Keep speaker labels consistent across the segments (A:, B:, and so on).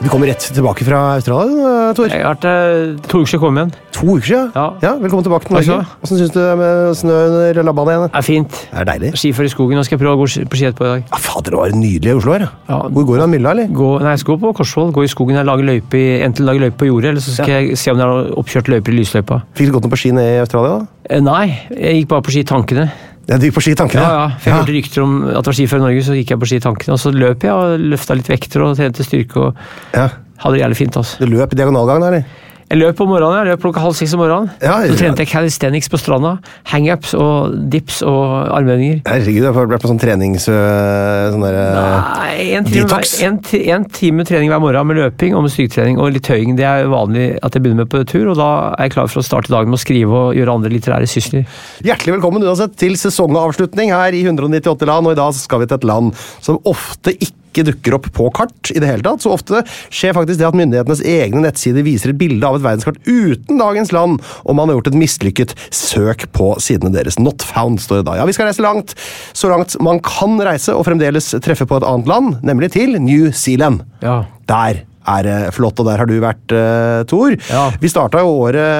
A: Du kommer rett tilbake fra Australia, Tor.
B: Jeg har vært eh, to uker siden jeg kom igjen.
A: To uker siden.
B: Ja.
A: velkommen tilbake til Norge.
B: Takk skal du ha.
A: Hvordan syns du det med snø under labbene igjen?
B: Det er fint.
A: Det er deilig.
B: Skifer i skogen. Nå skal jeg prøve å gå ski- på ski etterpå i dag.
A: Ja, fader, det var nydelig i Oslo her.
B: Ja.
A: Hvor går han mylla, eller?
B: Gå, nei, jeg skal gå på Korsvoll. Gå i skogen og lage løype, i- enten lage løype på jordet, eller så skal jeg se om det er noen oppkjørte løyper i lysløypa.
A: Fikk du gått noe på ski ned i Australia, da?
B: Eh, Nei, jeg gikk bare på ski i tankene.
A: Ja, du gikk på ski i tankene?
B: Ja, ja. For jeg hørte rykter om at det var ski fra Norge, så gikk jeg på ski i tankene. Og så løp jeg og løfta litt vekter og trente styrke og
A: Ja.
B: hadde det jævlig fint. altså.
A: Du løp i diagonalgangen, eller?
B: Jeg løp om morgenen, jeg løp klokka halv seks om morgenen.
A: Ja,
B: Så trente jeg calisthenics på stranda. Hangups og dips og armhevinger.
A: Herregud, jeg har vært på sånn trenings... øh, Sånn der, øh,
B: Nei, en time,
A: Detox?
B: hver, en, ti- en time trening hver morgen med løping og med styrketrening og litt tøying. Det er vanlig at jeg begynner med på tur, og da er jeg klar for å starte dagen med å skrive og gjøre andre litterære sysler.
A: Hjertelig velkommen uansett til sesongavslutning her i 198 land, og i dag så skal vi til et land som ofte ikke dukker opp på kart i det hele tatt. Så ofte skjer faktisk det at myndighetenes egne nettsider viser et bilde av et verdenskart uten dagens land, og man har gjort et mislykket søk på sidene deres. Not found, står det da. Ja, vi skal reise langt, så langt man kan reise, og fremdeles treffe på et annet land, nemlig til New Zealand.
B: Ja.
A: Der er det flott, og der har du vært, eh, Tor.
B: Ja.
A: Vi starta jo året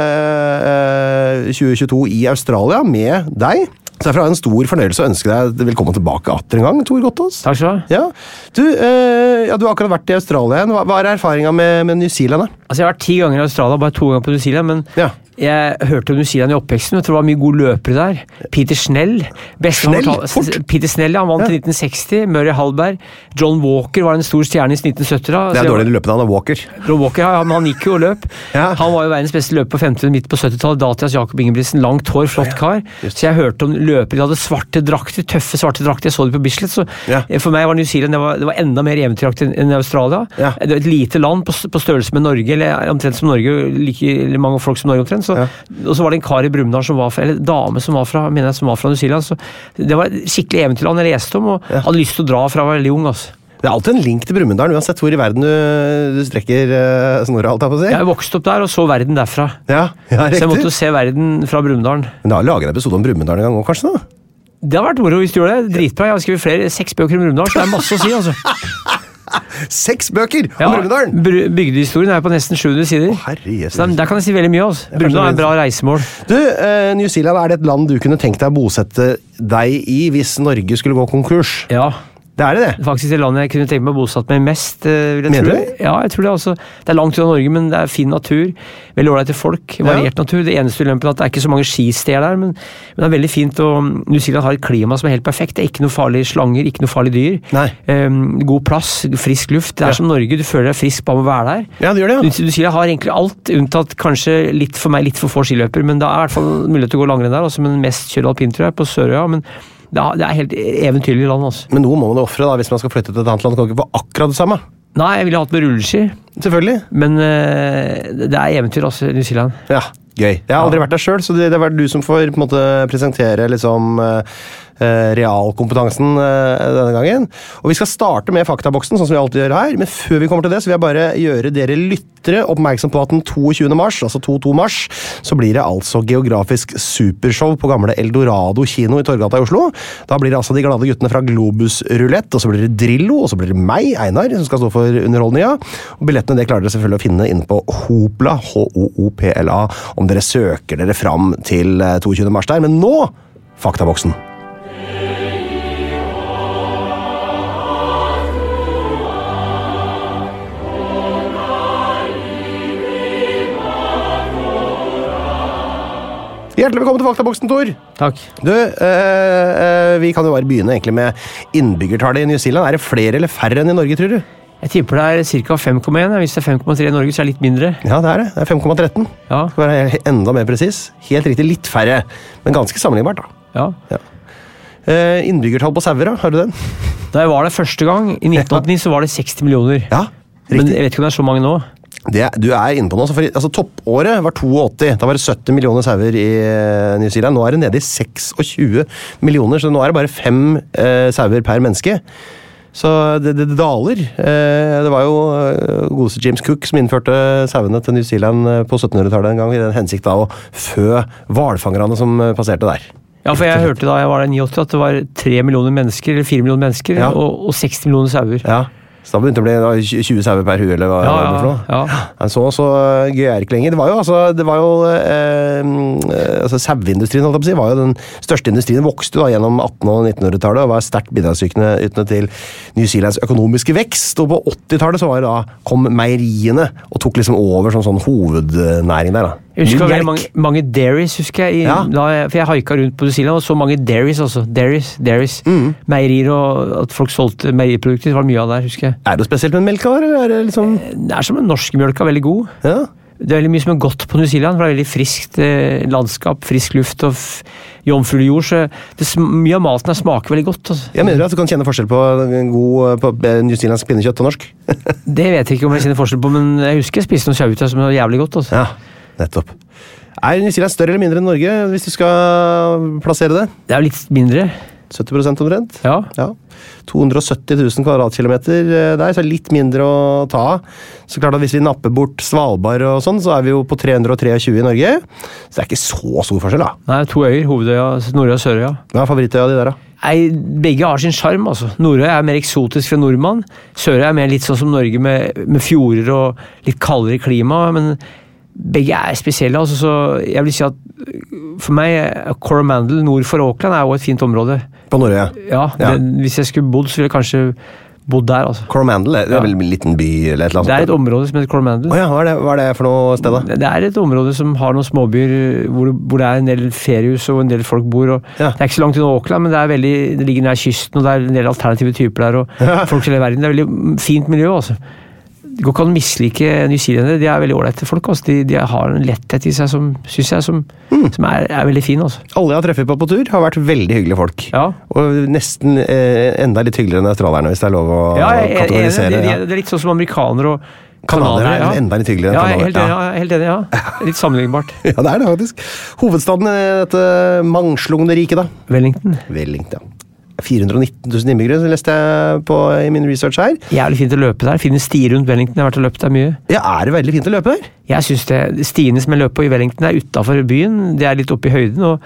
A: eh, 2022 i Australia med deg. Så derfor har jeg en stor fornøyelse å ønske deg velkommen tilbake atter en gang, Tor Gottaas.
B: Takk skal du ha.
A: Ja. Du, eh, ja, du har akkurat vært i Australia igjen. Hva, hva er erfaringa med, med New Zealand? da?
B: Altså, jeg har vært ti ganger i Australia, bare to ganger på New Zealand, men
A: Ja.
B: jeg hørte om New Zealand i oppveksten. Jeg tror det var mye gode løpere der. Peter Snell. beste han
A: Snell?
B: har talt-
A: Fort?
B: Peter Snell, ja, han
A: Ja.
B: vant i 1960. Murray Hallberg. John Walker var en stor stjerne i 1970-da.
A: Det
B: Så
A: er
B: jeg-
A: dårligere løpende enn Walker.
B: Rob Walker, ja, men han gikk jo og løp.
A: Ja.
B: Han var jo verdens beste løper på 50 midt på 70-tallet. Datias Jakob Ingebrigtsen, langt hår, flott kar. Så jeg hørte om løpere de hadde svarte drakter, tøffe svarte drakter. Jeg så dem på Bislett. Så
A: Ja.
B: eh, for meg var New Zealand det var, det var enda mer eventyraktig enn- enn Australia.
A: Ja.
B: Det var et lite land på, s- på størrelse med Norge, eller omtrent som Norge, like eller mange folk som Norge omtrent. Så,
A: Ja.
B: Og så var det en kar i Brumunddal som var fra, eller dame som var fra, mener jeg, som var fra New Zealand. Så det var et skikkelig eventyrland jeg leste om, og hadde lyst til å dra fra jeg var veldig ung. altså.
A: Det er alltid en link til Brumunddal, uansett hvor i verden du, du strekker eh, snora. alt jeg på å si.
B: Jeg vokste opp der og så verden derfra.
A: Ja, ja,
B: Så jeg måtte jo
A: riktig.
B: se verden fra Brumunddal.
A: Men Da lager jeg en episode om Brumunddal en gang òg, kanskje? da?
B: Det har vært moro hvis du gjorde det. Dritbra. Jeg har skrevet flere seks bøker om Brumunddal, så det er masse å si. altså.
A: Seks bøker om
B: Ja,
A: Brumunddal!
B: Bru- Bygdehistorien er på nesten 700 sider.
A: Herre Jesus.
B: Så der- der kan jeg si veldig mye. altså. Brumunddal er et bra reisemål.
A: Du, eh, New Zealand, er det et land du kunne tenkt deg å bosette deg i hvis Norge skulle gå konkurs?
B: Ja.
A: Det er det, det.
B: Faktisk det landet jeg kunne tenke meg å bosatt meg mest. eh, Vil jeg
A: Mener
B: tro.
A: du?
B: Ja, jeg tror det. Altså, det er langt unna Norge, men det er fin natur. Veldig ålreite folk. Variert natur. Det eneste ulempen er at det er ikke så mange skisteder der, men, men det er veldig fint. Og mm, New Zealand har et klima som er helt perfekt. Det er ikke noe farlige slanger, ikke noe farlige dyr.
A: Nei.
B: Em, god plass, frisk luft. Det er
A: Ja.
B: som Norge, du føler deg frisk bare med å være der.
A: Ja, det gjør det,
B: New
A: ja.
B: Zealand har egentlig alt, unntatt kanskje litt for meg litt for få skiløper, men det er i hvert fall mulighet til å gå langrenn der, også, men mest kjøre alpint, tror jeg, på Sørøya. Men det er, det er helt eventyrlig land, altså.
A: Men noe må man ofre da, hvis man skal flytte til et annet land. Kan ikke få akkurat det samme.
B: Nei, jeg ville hatt med rulleski,
A: Selvfølgelig.
B: men eh, det er eventyr, altså, New Zealand.
A: Ja, gøy. Jeg har aldri vært der sjøl, så det, det er du som får på en måte presentere liksom eh, eh, realkompetansen eh, denne gangen. Og Vi skal starte med faktaboksen, sånn som vi alltid gjør her. Men før vi kommer til det, så vil jeg bare gjøre dere lyttere oppmerksom på at den 22. mars, altså 22. mars, så blir det altså geografisk supershow på gamle Eldorado kino i Torgata i Oslo. Da blir det altså de glade guttene fra Globus Rulett, og så blir det Drillo, og så blir det meg, Einar, som skal stå for underholdninga. Og Billettene det klarer dere selvfølgelig å finne inne på Hopla, H-O-O-P-L-A, om dere søker dere fram til eh, 22. mars der. Men nå faktaboksen. Hjertelig velkommen til faktaboksen, Tor.
B: Takk.
A: Du, eh, eh, vi kan jo bare begynne egentlig med innbyggertallet i New Zealand. Er det flere eller færre enn i Norge, tror du?
B: Jeg tipper det er ca. 5,1. ja. Hvis det er 5,3 i Norge, så er det litt mindre.
A: Ja, det er det. Det er 5,13.
B: Ja,
A: Skal være he- enda mer presis. Helt riktig, litt færre, men ganske sammenlignbart. da.
B: ja.
A: Eh, innbyggertall på sauer, da? Har du den?
B: Da jeg var der første gang, i 1989, så var det 60 millioner.
A: Ja,
B: Men
A: riktig.
B: jeg vet ikke om det er så mange nå.
A: eh, Det, du er inne på noe. så For, altså, toppåret var 82. Da var det 70 millioner sauer i eh, New Zealand. Nå er det nede i 26 millioner, så nå er det bare fem eh, sauer per menneske. Så det, det, det daler. Eh, det var jo eh, godeste James Cook som innførte sauene til New Zealand eh, på 1700-tallet en gang, i den hensikt av å fø hvalfangerne som eh, passerte der.
B: Ja, for jeg hørte da jeg var der i 89 at det var 3 millioner mennesker, eller 4 millioner mennesker,
A: Ja.
B: og, og 60 millioner sauer.
A: Ja, så da begynte det å bli da, 20 sauer per hue, eller hva
B: Ja,
A: det var for noe.
B: ja,
A: Men Så, så gøy er det ikke lenger. Det var jo, altså, det var jo eh, eh, altså, Saueindustrien holdt jeg på å si, var jo den største industrien. Vokste jo da gjennom 1800- og 1900-tallet og var sterkt bidragsytende ytende til New Zealands økonomiske vekst. Og på 80-tallet så var det da, kom meieriene og tok liksom over som sånn hovednæring der. da.
B: Jeg husker
A: Mye
B: veldig
A: melk.
B: mange, mange dairies, husker jeg. I,
A: Ja.
B: da jeg for jeg haika rundt på New Zealand og så mange dairies også. Dairies, dairies.
A: Mm.
B: Meierier og at folk solgte meieriprodukter. Det var mye av det her, husker jeg.
A: Er det noe spesielt med melka der, eller er det liksom
B: Det er som den norske mjølka, veldig god.
A: Ja,
B: Det er veldig mye som er godt på New Zealand. for Det er veldig friskt eh, landskap, frisk luft og f- jomfruelig jord. Så det, sm- mye av maten her smaker veldig godt. Altså.
A: jeg mener at du kan kjenne forskjell på god på newzealandsk pinnekjøtt og norsk.
B: Det vet jeg ikke om jeg kjenner forskjell på, men jeg husker jeg spiste noen sauer som var jævlig godt. Altså.
A: Ja, nettopp. Er New Zealand større eller mindre enn Norge, hvis du skal plassere det?
B: Det er jo litt mindre.
A: 70 omtrent?
B: Ja.
A: Ja. 270 000 kvadratkilometer eh, der, så er det litt mindre å ta av. Så klart at Hvis vi napper bort Svalbard, og sånn, så er vi jo på 323 i Norge. Så det er ikke så stor forskjell, da.
B: Nei, to øyer. Hovedøya, Nordøya og Sørøya.
A: Hva er favorittøya di der, da?
B: Nei, begge har sin sjarm. altså. Nordøya er mer eksotisk for nordmann. Sørøya er mer litt sånn som Norge, med, med fjorder og litt kaldere klima. Men begge er spesielle. altså, så jeg vil si at For meg er Coromandel nord for Auckland er jo et fint område.
A: På Nordøya?
B: Ja,
A: Ja.
B: Den, Hvis jeg skulle bodd, så ville jeg kanskje bodd der. altså.
A: Coromandel er, det
B: Ja.
A: er vel en liten by eller et eller annet?
B: Det er et
A: sånt.
B: område som heter Coromandel.
A: Å ja, hva er, det, hva er det for noe sted, da?
B: Det er et område som har noen småbyer eh, hvor, hvor det er en del feriehus og en del folk bor. Og
A: Ja.
B: Det er ikke så langt unna Auckland, men det, er veldig, det ligger nær kysten, og det er en del alternative typer der. og folk fra hele verden. Det er veldig fint miljø. altså. Det går ikke an å mislike newzealendere. De er veldig ålreite folk. Altså. De, de har en letthet i seg som, synes jeg, som,
A: Mm.
B: som er, er veldig fin. Altså.
A: Alle jeg har truffet på på tur, har vært veldig hyggelige folk.
B: Ja.
A: Og nesten eh, enda litt hyggeligere enn australierne, hvis det er lov å
B: Ja, jeg, er enig.
A: kategorisere.
B: det, det,
A: ja.
B: det er litt sånn som amerikanere og
A: Kanadiere
B: kanadiere.
A: er enda litt hyggeligere enn
B: Ja, jeg er
A: kanadiere,
B: helt enig. Ja. Helt enig, ja. Litt sammenlignbart.
A: Ja, det er det faktisk. Hovedstaden i dette mangslungne riket, da.
B: Wellington.
A: Wellington. ja. 419 000 innbyggere, så leste jeg på i min research her.
B: Jævlig fint å løpe der. Finne stier rundt Wellington. Jeg har vært og løpt der mye.
A: Ja, er det veldig fint å løpe der?
B: Jeg synes det, Stiene som jeg løper på i Wellington, er utafor byen. Det er litt oppe i høyden. og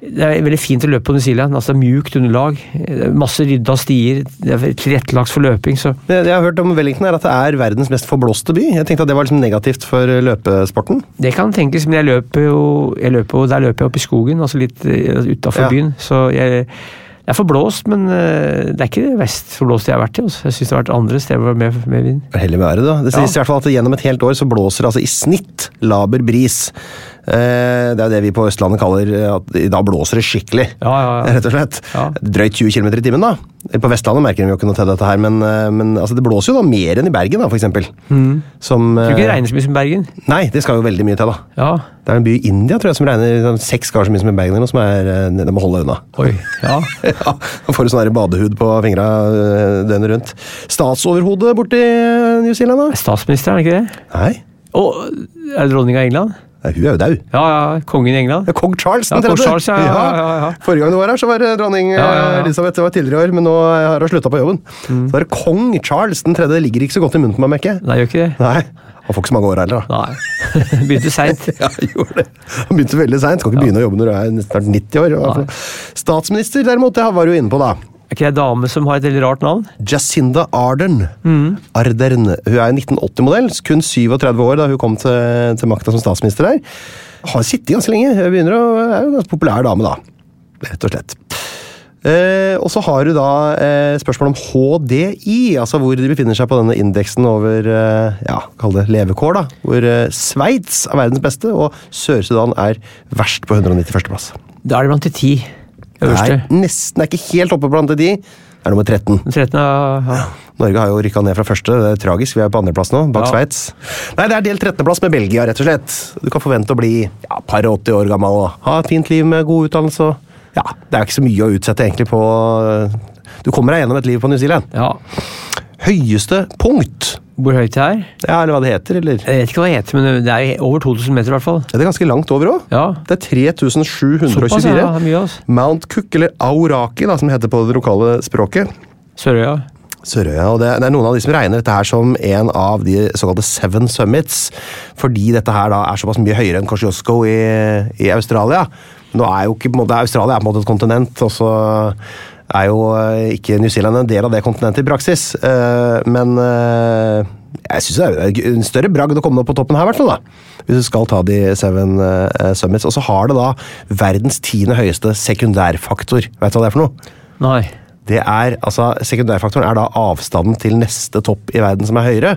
B: Det er veldig fint å løpe på New Zealand. altså det er Mjukt underlag. det er Masse rydda stier. Det er tilrettelagt for løping. så
A: Det, det jeg har hørt om Wellington, er at det er verdens mest forblåste by. Jeg tenkte at det var liksom negativt for løpesporten.
B: Det kan tenkes, men jeg løper jo, jeg løper jo der løper jeg opp i skogen, altså litt utafor
A: Ja.
B: byen. Så jeg, Det er forblåst, men eh, det er ikke det mest forblåste jeg har vært i. Altså. Jeg syns det har vært andre steder hvor det var mer, mer vind.
A: Det er Heldig med været, da. Det sies i hvert fall at gjennom et helt år så blåser det altså i snitt laber bris. Eh, Det er jo det vi på Østlandet kaller eh, at i dag blåser det skikkelig.
B: Ja, ja, ja.
A: Rett og slett.
B: Ja.
A: Drøyt 20 km i timen, da. På Vestlandet merker vi jo ikke noe til dette her, men, eh, men altså, det blåser jo da mer enn i Bergen, da, for eksempel. Som
B: Mm. Tror ikke det
A: eh,
B: regner så mye som Bergen.
A: Nei, det skal jo veldig mye til, da.
B: Ja.
A: Det er en by i India tror jeg, som regner sånn seks ganger så mye som i Bergen, eller noe, som er, eh, de må holde unna.
B: Oi. Ja.
A: Ja, da får du sånn der badehud på fingra øh, døgnet rundt. Statsoverhodet borti øh, New Zealand, da?
B: Statsministeren, er ikke det?
A: Nei,
B: Og er det dronninga av England?
A: Nei, hun er jo dau.
B: Ja, ja. Kongen i England?
A: Det er kong Charles
B: Ja,
A: den
B: kong
A: tredje.
B: Charles, ja, ja, ja, ja.
A: Forrige gang du var her, så var det dronning
B: Ja, ja, Mm. ja.
A: øh, Elisabeth. Det var tidligere i år, men nå eh, har hun slutta på jobben. Så er det kong Charles den tredje. Det ligger ikke så godt i munnen på meg, merker jeg.
B: Nei, gjør ikke det.
A: Nei. Han får ikke så mange år heller, da.
B: Nei. Begynte seint.
A: Ja, han gjorde det. Han begynte veldig seint. Skal ikke begynne å jobbe når du er snart 90 år. i hvert fall. Statsminister, derimot, det var du inne på, da.
B: Er ikke det ei dame som har et veldig rart navn?
A: Jacinda Ardern. Ardern. Hun er 1980-modell, kun 37 år da hun kom til, til makta som statsminister der. Har sittet ganske lenge. Hun Begynner å, er jo en ganske populær dame, da. Rett og slett. Eh, og så har du da eh, spørsmål om HDI, altså hvor de befinner seg på denne indeksen over eh, ja, kall det levekår, da. Hvor eh, Sveits er verdens beste, og Sør-Sudan er verst på 191. plass.
B: Da er det blant de ti øverste.
A: Er nesten, er ikke helt oppe blant de. Det er nummer 13.
B: Den 13. er- Ja.
A: Norge har jo rykka ned fra første. Det er tragisk. Vi er på andreplass nå, bak
B: Ja.
A: Sveits. Nei, det er delt 13.-plass med Belgia, rett og slett. Du kan forvente å bli ja, par og 80 år gammel og ha et fint liv med god utdannelse og Ja, det er jo ikke så mye å utsette egentlig på øh, Du kommer deg gjennom et liv på New Zealand.
B: ja.
A: Høyeste punkt,
B: Hvor høyt det er?
A: ja, eller hva det heter, eller
B: Jeg vet ikke hva det heter, men det er over 2000 meter i hvert fall.
A: Det er ganske langt over òg.
B: Ja.
A: Det er 3724.
B: Såpass, ja. det er Mye, altså.
A: Mount Cook, eller Auraki, da, som heter på det lokale språket.
B: Sørøya.
A: Sørøya. og det, det er noen av de som regner dette her som en av de såkalte Seven Summits, fordi dette her da er såpass mye høyere enn Kosciuszko i, i Australia. Nå er jo ikke, på en måte, Australia er på en måte et kontinent, og så er jo eh, ikke New Zealand en del av det kontinentet i praksis. Eh, Men eh, jeg syns det er jo en større bragd å komme opp på toppen her, i hvert fall. da, Hvis du skal ta de Seven eh, Summits. Og så har det da verdens tiende høyeste sekundærfaktor. Vet du hva det er for noe?
B: Nei.
A: Det er, altså, sekundærfaktoren er da avstanden til neste topp i verden som er høyere.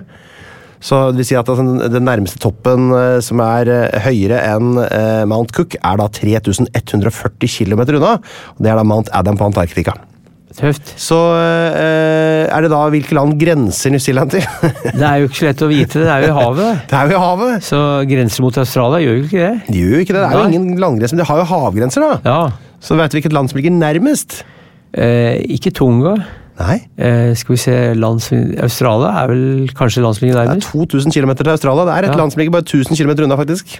A: Så det vil si at altså, den- Den nærmeste toppen eh, som er eh, høyere enn eh, Mount Cook, er da 3140 km unna. og Det er da Mount Adam på Antarktika.
B: Tøft.
A: Så eh, er det da hvilke land grenser New Zealand til?
B: Det er jo ikke så lett å vite, det er jo i havet.
A: det er jo i havet!
B: Så grenser mot Australia gjør jo ikke det.
A: Det gjør jo ikke det. Det er jo
B: Nei.
A: ingen landgrenser, men det har jo havgrenser, da.
B: Ja.
A: Så veit vi hvilket land som ligger nærmest?
B: Eh, ikke Tunga.
A: Nei.
B: Eh, skal vi se land som Australia er vel kanskje land som ligger
A: Det er
B: nærmest?
A: 2000 km til Australia. Det er et
B: Ja.
A: land som ligger bare 1000 km unna, faktisk.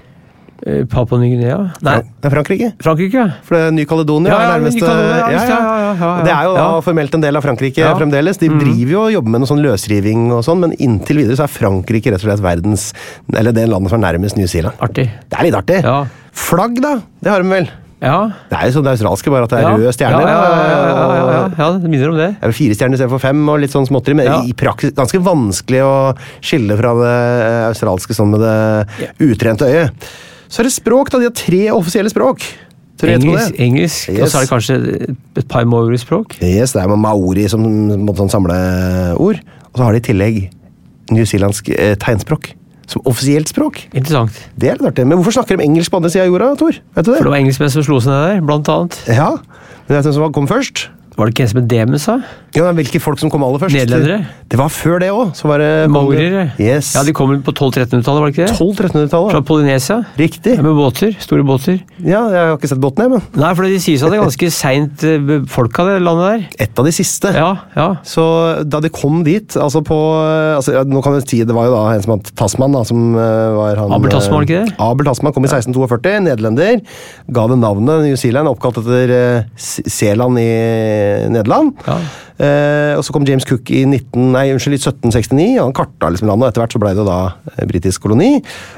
B: Eh, Papua Ny-Guinea? Nei,
A: Det er Frankrike.
B: Frankrike?
A: For det er Ny-Caledonia
B: Ja,
A: er
B: ja,
A: nærmeste
B: Ny-Caledonia, ja, visst, ja, ja, ja, ja.
A: Det er jo da
B: Ja.
A: formelt en del av Frankrike
B: Ja. Mm.
A: fremdeles. De driver jo og jobber med noe sånn løsriving og sånn, men inntil videre så er Frankrike rett og slett verdens Eller det landet som er nærmest New Zealand.
B: Artig.
A: Det er litt artig.
B: Ja.
A: Flagg, da! Det har de vel?
B: Ja.
A: Det er jo sånn det australske, bare at det er
B: ja.
A: røde stjerner.
B: Ja, ja, ja, ja, ja, ja,
A: og-
B: ja, det minner om det.
A: Det er vel fire stjerner istedenfor fem, og litt sånn småtteri, men
B: Ja.
A: i praksis ganske vanskelig å skille fra det eh, australske sånn med det utrente øyet. Så er det språk, da. De har tre offisielle språk. Tror du jeg vet på det?
B: Engelsk, engelsk og
A: Yes.
B: så er det kanskje et par maorispråk.
A: Yes, det er med maori som måtte sånn samleord. Og så har de i tillegg newzealandsk eh, tegnspråk som offisielt språk.
B: Interessant.
A: Det er litt artig. Men hvorfor snakker de engelsk på andre sida av jorda, Tor? Vet du
B: For det
A: det?
B: var engelskmenn som slo seg ned der, blant annet.
A: Ja, men Vet du hvem som kom først?
B: Var det ikke en som het Demens, da?
A: Ja, men Hvilke folk som kom aller først?
B: Nederlendere.
A: Det var før det òg.
B: Maorier?
A: Yes.
B: Ja, de kom vel på 1200-1300-tallet, var det ikke det?
A: 1200-1300-tallet.
B: Fra Polynesia?
A: Riktig.
B: Ja, Med båter? Store båter?
A: Ja, Jeg har ikke sett båten, jeg, men
B: Nei, for det sies at det er ganske seint eh, befolka, det landet der.
A: et av de siste.
B: Ja, ja.
A: Så da de kom dit altså på, altså, ja, nå kan jeg si, Det var jo da en som het Tasman. Da, som eh, var han,
B: Abel Tasman, var det ikke det?
A: eh, Abel Tasman kom i 1642, nederlender. Ga det navnet New Zealand, oppkalt etter eh, S- Zeeland i Nederland.
B: Ja.
A: Eh, og Så kom James Cook i 19, nei, unnskyld, i 1769. Han karta liksom landet, og etter hvert så ble det da eh, britisk koloni.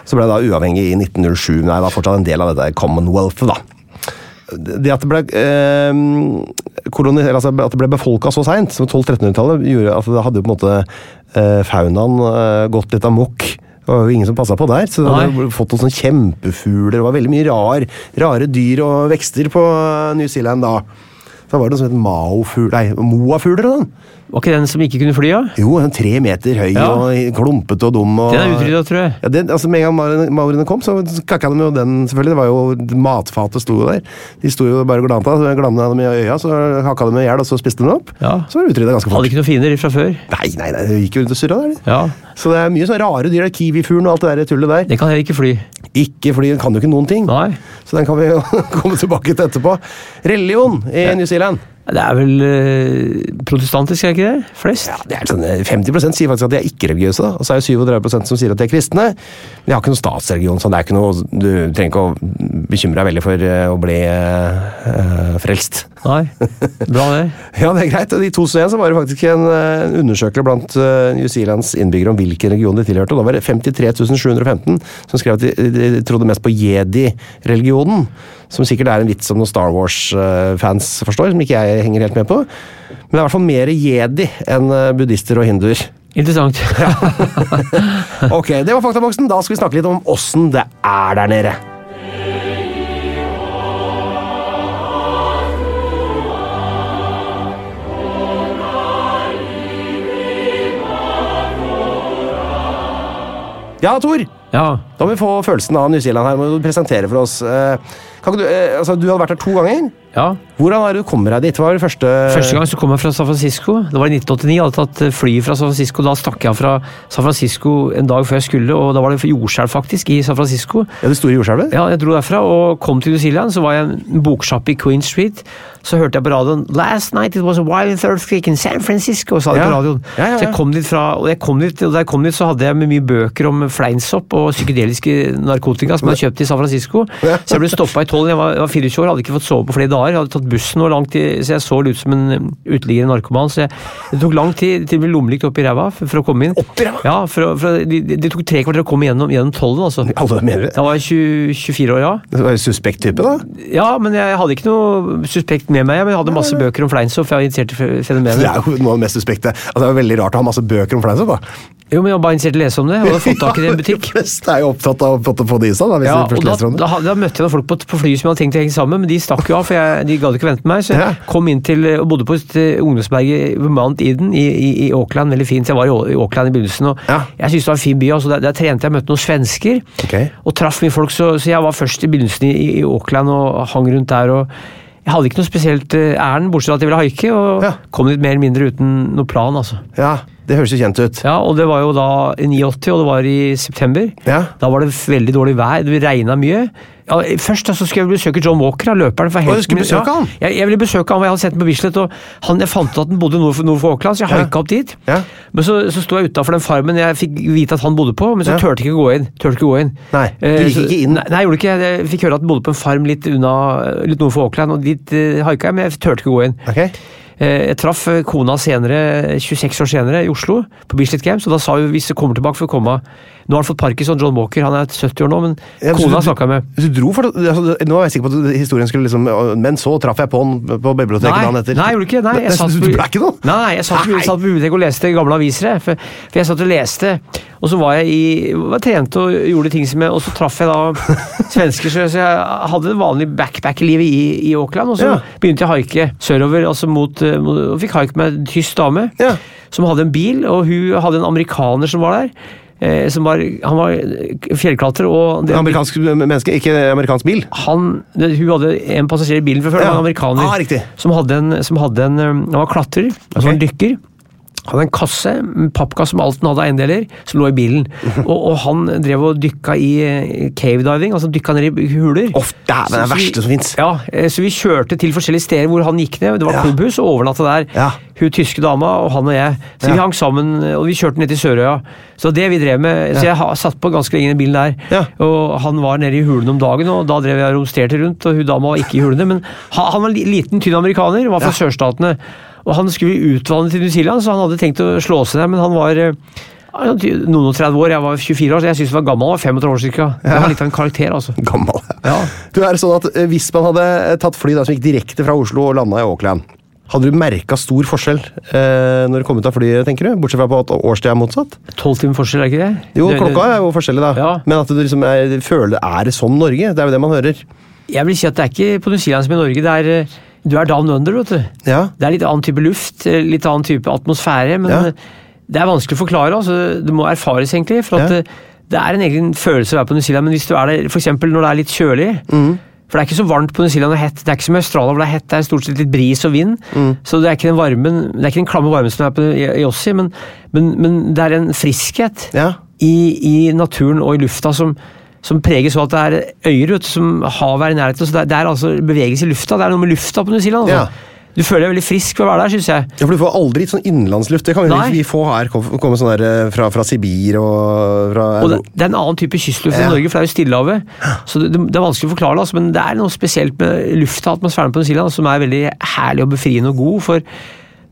A: Så ble det da uavhengig i 1907, men er da fortsatt en del av dette Commonwealth. da det at det ble, eh, koloni, eller altså at det ble befolka så seint, som 1200-1300-tallet, gjorde at det hadde jo på en måte eh, faunaen eh, gått litt amok. Det var jo ingen som passa på der, så det hadde
B: Nei.
A: jo fått noen sånne kjempefugler. Det var veldig mye rar, rare dyr og vekster på New eh, Zealand da. Da var det noe som het maofugl... Nei, moafugler og sånn.
B: Var ikke den som ikke kunne fly, ja?
A: Jo, en tre meter høy
B: Ja.
A: og klumpete og dum. Og,
B: Den er utrydda, tror jeg.
A: Ja, den, altså, med en gang maurene- maurene kom, så kakka de jo den, selvfølgelig. Det var jo, Matfatet sto jo der. De sto jo bare og glanta. Så glanda dem i øya, så hakka de i hjel, og så spiste de dem opp.
B: Ja.
A: Så var det utrydda ganske fort.
B: Hadde ikke noen fiender fra før.
A: Nei, nei, nei, det gikk jo rundt og surra der. de.
B: Ja,
A: Så det er mye sånne rare dyr. der, Kiwifuglen og alt det der tullet der.
B: Den kan heller ikke fly.
A: Ikke fordi den kan jo ikke noen ting.
B: Nei.
A: Så den kan vi jo komme tilbake til etterpå. Religion i New Zealand.
B: Det er vel eh, protestantisk, er det ikke det? Flest?
A: Ja, det er sånn, eh, 50 sier faktisk at de er ikke-religiøse, da. og så er det 37 som sier at de er kristne. Men de har ikke noen statsreligion, så det er ikke noe, du trenger ikke å bekymre deg veldig for eh, å bli eh, eh, frelst.
B: Nei. Bra, det.
A: Ja, det er greit. Og I 2001 så var det faktisk en eh, en undersøkelse blant eh, New Zealands innbyggere om hvilken religion de tilhørte. og Da var det 53 715 som skrev at de, de trodde mest på jedi-religionen. Som sikkert er en vits som noen Star Wars-fans forstår, som ikke jeg henger helt med på. Men det er i hvert fall mer jedi enn eh, buddhister og hinduer.
B: Interessant.
A: Ok, det var faktaboksen. Da skal vi snakke litt om åssen det er der nede. Ja, Tor.
B: Ja.
A: Da må vi få følelsen av New Zealand her. Må du presentere for oss. Eh, Kan ikke du, eh, altså, du hadde vært der to ganger.
B: ja.
A: Hvordan er det du kommer deg dit? Hva var det første
B: Første gang så kom jeg fra San Francisco. Det var i 1989. Jeg hadde tatt eh, fly fra San Francisco. Da stakk jeg fra San Francisco en dag før jeg skulle, og da var det jordskjelv faktisk i San Francisco.
A: Ja, Det store jordskjelvet?
B: Ja, jeg dro derfra og kom til New Zealand. Så var jeg i en boksjappe i Queen Street. Så hørte jeg på radioen 'Last night it was a wild earthquake in San Francisco'. sa de
A: Ja.
B: på radioen.
A: Ja, ja, ja.
B: Så jeg kom dit fra, og jeg kom dit, og da jeg kom dit, så hadde jeg med mye bøker om fleinsopp og psykedeliske narkotika som jeg hadde kjøpt i San Francisco. Så jeg ble stoppa i tollen. Jeg var, jeg var 24 år, hadde ikke fått sove på flere dager. Jeg hadde tatt bussen og langt tid, så jeg så ut som en um, uteligger narkoman. Så jeg, det tok lang tid til å bli lommelykt opp i ræva for, for å komme inn.
A: Opp i ræva?
B: Ja, for, å- for, å- de- de- det tok tre kvarter å komme gjennom, gjennom tollen, altså.
A: Alle mener det.
B: Da var jeg 20, 24 år, ja.
A: Det var en Suspekt type, da.
B: Ja, men jeg hadde ikke noe suspekt med meg. Men jeg hadde masse bøker om fleinsopp. for Jeg var interessert i fe-
A: Det
B: fenomenet.
A: er jo noe av det mest suspekte. Altså, det er jo veldig rart å ha masse bøker om fleinsopp. da.
B: Jo, men jeg var bare interessert i å lese om det. Jeg hadde fått tak i det i en butikk.
A: De fleste er jo opptatt av å få det- få det i seg. Da, hvis
B: Ja,
A: de
B: og
A: først
B: da,
A: leser om det.
B: da, had- da møtte jeg noen folk på, på flyet som jeg hadde tenkt å henge sammen med, men de stakk jo av, for jeg, de gadd ikke vente på meg. Så
A: Ja.
B: jeg kom inn til, og bodde på et eh, ungdomsberg i Vermont Eden i, i, i Auckland, veldig fint. Jeg var i Au- i Auckland i begynnelsen, og
A: Ja.
B: jeg syntes det var en fin by. Altså, der, der trente jeg, møtte noen svensker,
A: Ok.
B: og traff mye folk, så, så jeg var først i begynnelsen i, i Auckland og hang rundt der. og jeg hadde ikke noe spesielt eh, ærend, bortsett fra at jeg ville haike, og
A: Ja.
B: kom litt mer eller mindre uten noe plan, altså.
A: Ja, det høres jo kjent ut.
B: Ja, og det var jo da i 89, og det var i september.
A: Ja.
B: Da var det veldig dårlig vær, det regna mye. Ja, først da, så skulle jeg besøke John Walker, da, løperen. For
A: du skulle
B: min-
A: besøke han?
B: Ja, jeg, jeg ville besøke han, og jeg hadde sett ham på Bislett. og han, Jeg fant ut at han bodde nord for, nord for Auckland, så jeg haika opp dit.
A: Ja.
B: Men så, så sto jeg utafor den farmen jeg fikk vite at han bodde på, men så
A: Ja.
B: turte jeg ikke gå inn. Turte ikke gå inn.
A: Nei, du
B: Eh,
A: gikk
B: så-
A: ikke inn?
B: Nei, nei, jeg gjorde ikke det. Jeg fikk høre at han bodde på en farm litt, unna, litt nord for Auckland, og dit eh, haika jeg, men jeg turte ikke gå inn.
A: Ok?
B: Eh, Jeg traff eh, kona senere, 26 år senere, i Oslo, på Bislett Games. Og da sa hun hvis hun kommer tilbake, får hun komme. Nå har han fått parkinson, John Walker. Han er 70 år nå, men
A: Ja, så
B: kona
A: du-
B: snakka jeg med.
A: Du dro for, altså, nå var jeg sikker på at historien skulle liksom Men så traff jeg på han på biblioteket dagen etter.
B: nei, jeg gjorde ikke det. Nei, jeg satt
A: du ble ikke noe?
B: Nei, nei, jeg satt, på-
A: Nei.
B: satt på biblioteket og leste gamle aviser. jeg, For, for jeg satt og leste, og så var jeg i var trent og gjorde ting som jeg Og så traff jeg da svensker, så så jeg hadde det vanlige backpack-livet i, i Auckland. Og så
A: Ja.
B: begynte jeg å haike sørover, altså mot, eh, mot Og fikk haik med en tysk dame
A: Ja.
B: som hadde en bil, og hun hadde en amerikaner som var der. Eh, som var, han var fjellklatrer, og det,
A: Amerikansk menneske, ikke amerikansk bil.
B: han, det, hun hadde en passasjer i bilen fra før,
A: Ja.
B: ja. en amerikaner,
A: Ah, riktig.
B: som hadde en, som hadde en um, Han var klatrer, altså en dykker. Hadde en kasse, en pappkasse med alt han hadde av eiendeler, som lå i bilen. Og, og han drev og dykka i eh, cave diving, altså dykka ned i huler.
A: Off, dæven, det er det
B: Så- så vi-
A: verste som fins.
B: Ja, eh, så vi kjørte til forskjellige steder hvor han gikk ned. Det var
A: Ja.
B: klubbhus, og overnatta der.
A: Ja.
B: Hun tyske dama og han og jeg. Så
A: Ja.
B: vi hang sammen, og vi kjørte ned til Sørøya. Så det vi drev med, så jeg ha- satt på ganske lenge i den bilen der.
A: Ja.
B: Og han var nede i hulen om dagen, og da drev jeg og romsterte rundt, og hun dama var ikke i hulene. Men ha- han var li- liten, tynn amerikaner, var fra sørstatene. Og han skulle utvandre til New Zealand, så han hadde tenkt å slå seg ned, men han var eh, han var noen og 30 år, jeg var 24 år, så jeg syntes han var gammel. Han var 35 år cirka. Det var litt av en karakter, altså.
A: Gammel.
B: Ja.
A: Du, er det sånn at eh, Hvis man hadde eh, tatt fly da, som gikk direkte fra Oslo og landa i Auckland, hadde du merka stor forskjell eh, når du kom ut av flyet, tenker du? Bortsett fra på at årstida er motsatt?
B: Tolv timer forskjell, er ikke det?
A: Jo,
B: Det-
A: klokka er jo forskjellig, da.
B: Ja.
A: Men at du liksom er, føler er det som sånn Norge? Det er jo det man hører.
B: Jeg vil si at det er ikke på New Zealand som i Norge. Det er eh, Du er down under, vet du.
A: Ja.
B: Det er litt annen type luft, eh, litt annen type atmosfære, men
A: Ja.
B: eh, det er vanskelig å forklare. altså. Det må erfares, egentlig. for at
A: Ja.
B: eh, Det er en egen følelse å være på New Zealand, men hvis du er der for eksempel når det er litt kjølig
A: Mm.
B: For det er ikke så varmt på New Zealand og hett. Det er ikke som i Australia hvor det er hett, det er stort sett litt bris og vind.
A: Mm.
B: Så det er ikke den varmen, det er ikke den klamme varmen som er på, i, i oss, i, men, men, men det er en friskhet
A: Ja.
B: i, i naturen og i lufta som, som preges av at det er øyer vet, du, som havet er i nærheten. Så det, er, det er altså bevegelse i lufta. Det er noe med lufta på New Zealand.
A: Ja.
B: Altså. Du føler deg veldig frisk ved å være der, syns jeg.
A: Ja, for Du får aldri sånn innenlandsluft. Det kan vi,
B: Nei.
A: vi få her. Kom- Komme sånn der eh, fra, fra Sibir og fra
B: Og det, det er en annen type kystluft
A: Ja.
B: i Norge, for det er jo Stillehavet. Så det, det er vanskelig å forklare, det, altså, men det er noe spesielt med lufta og atmosfæren på New Zealand som er veldig herlig og befriende og god. for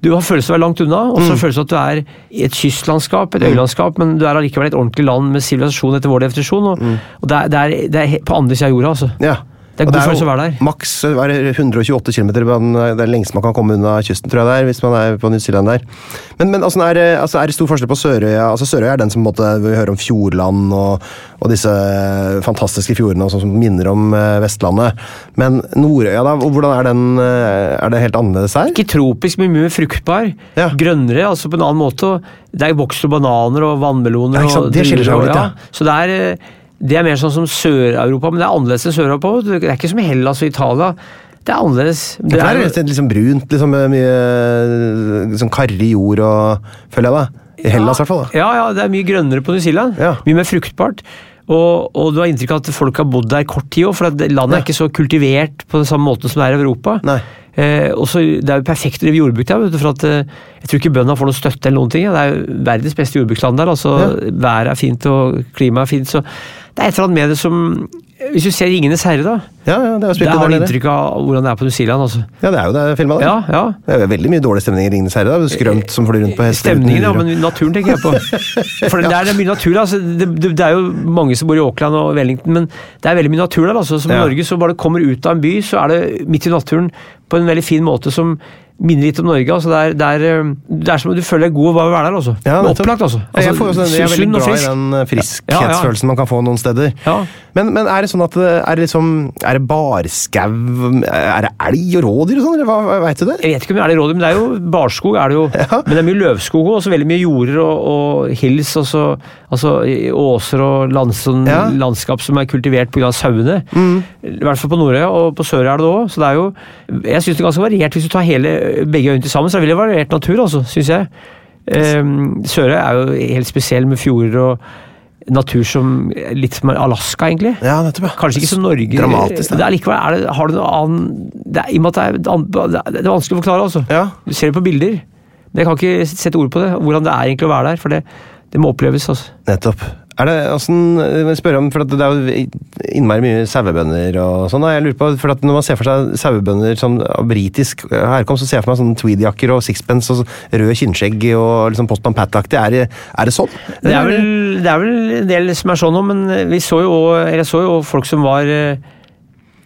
B: du har følelsen av å være langt unna, og
A: Mm.
B: så følelsen av at du er i et kystlandskap, et øylandskap, men du er allikevel et ordentlig land med sivilisasjon etter vår definisjon. Og,
A: Mm.
B: og det, er, det, er, det er he- på andre sida av jorda, altså.
A: Ja.
B: Det
A: Og
B: er god
A: jo
B: følelse å være der.
A: Maks eh, hva er det, 128 km. eh, Det er lengst man kan komme unna kysten, tror jeg det er, hvis man er på New Zealand der. Men, men altså, er, det- altså, er det stor forskjell på Sørøya? Altså, Sørøya er den som på en måte, vi hører om Fjordland og, og disse eh, fantastiske fjordene og sånn som minner om eh, Vestlandet. Men Nordøya, da? Hvordan er den? eh, Er det helt annerledes her?
B: Ikke tropisk, men mye mer fruktbar.
A: Ja.
B: Grønnere, altså på en annen måte. og Det er jo vokst og bananer og vannmeloner.
A: Ja, ikke sant?
B: og
A: Det skiller seg
B: druer,
A: jo litt, ja.
B: Så det er, eh, det er mer sånn som Sør-Europa, men det er annerledes enn Sør-Europa. vet du. Det er ikke som Hellas og Italia. Det er annerledes.
A: Det
B: Det
A: er
B: er,
A: det litt liksom brunt, liksom med mye eh, liksom karrig jord og Føler jeg, da. I Hellas, i hvert fall. da.
B: ja, ja, det er mye grønnere på New Zealand.
A: Ja.
B: Mye mer fruktbart. Og, og du har inntrykk av at folk har bodd der kort tid òg, for at landet
A: Ja.
B: er ikke så kultivert på den samme måten som det er i Europa.
A: Nei.
B: Eh, og så Det er jo perfekt å drive jordbruk der. Vet du, for at, eh, jeg tror ikke bøndene får noe støtte. eller noen ting. ja. Det er jo verdens beste jordbruksland der. altså Været er fint, og klimaet er fint. så Det er et eller annet med det som Hvis du ser 'Ringenes herre', da,
A: Ja, ja, det er jo spilt
B: der
A: inn
B: har du
A: der nede.
B: inntrykk av hvordan det er på New Zealand. altså.
A: Ja, det er jo det filma, det.
B: Ja, ja.
A: Det er jo veldig mye dårlig stemning i Ringenes herre. da. Skrømt som flyr rundt på hester. uten
B: Stemningen, ja,
A: dyr og-
B: men naturen tenker jeg på. For det, der, det er mye natur. Altså, det, det, det er jo mange som bor i Auckland og Wellington, men det er veldig mye natur der. Altså. Som
A: Ja.
B: i Norge, så bare kommer ut av en by, så er det midt i naturen på en veldig fin måte som minner litt om Norge. Altså, det, er, det, er, eh, det er som om du føler deg god av å være der. Altså.
A: Ja, nettopp.
B: Opplagt, altså.
A: Ja, jeg, får jo også den, jeg er
B: sunn
A: veldig
B: og
A: glad i
B: frisk.
A: den eh,
B: Ja, ja.
A: friskhetsfølelsen man kan få noen steder.
B: Ja.
A: Men, men er det sånn at det er, det liksom, er det barskau Er det elg og rådyr og sånn? eller Hva, hva veit du det?
B: Jeg vet ikke om det er det i rådet, men det er jo barskog. er det jo. Men det er mye løvskog og veldig mye jorder og, og hills. Og så, altså i- åser og landson,
A: Ja.
B: landskap som er kultivert pga. sauene. I hvert fall på Nordøya, og på Sørøya er det det òg. Så det er jo Jeg syns det er ganske variert. Hvis du tar hele, begge øyene til sammen, så er det veldig variert natur, altså, syns jeg. Ehm, Sørøya er jo helt spesiell med fjorder og natur som er litt som Alaska, egentlig.
A: Ja, nettopp, ja.
B: Kanskje ikke som Norge.
A: Dramatisk,
B: det
A: det.
B: er likevel, er det, har du noe annen det er, I og med at det er, det er- det er vanskelig å forklare, altså.
A: Ja.
B: Du ser det på bilder, men jeg kan ikke sette ord på det. Hvordan det er egentlig å være der. For det, det må oppleves, altså.
A: Nettopp. Er det, hvordan, jeg må spørre om, for at Det er jo innmari mye sauebønder og sånn. da. Jeg lurer på, for at Når man ser for seg sauebønder som av britisk herkomst, så ser jeg for meg sånne tweedjakker og sixpence og så rød kinnskjegg og liksom Postman Pat-aktig. Er, det- er det sånn?
B: Det er, vel, det er vel en del som er sånn òg, men vi så jo også, eller jeg så jo også folk som var eh,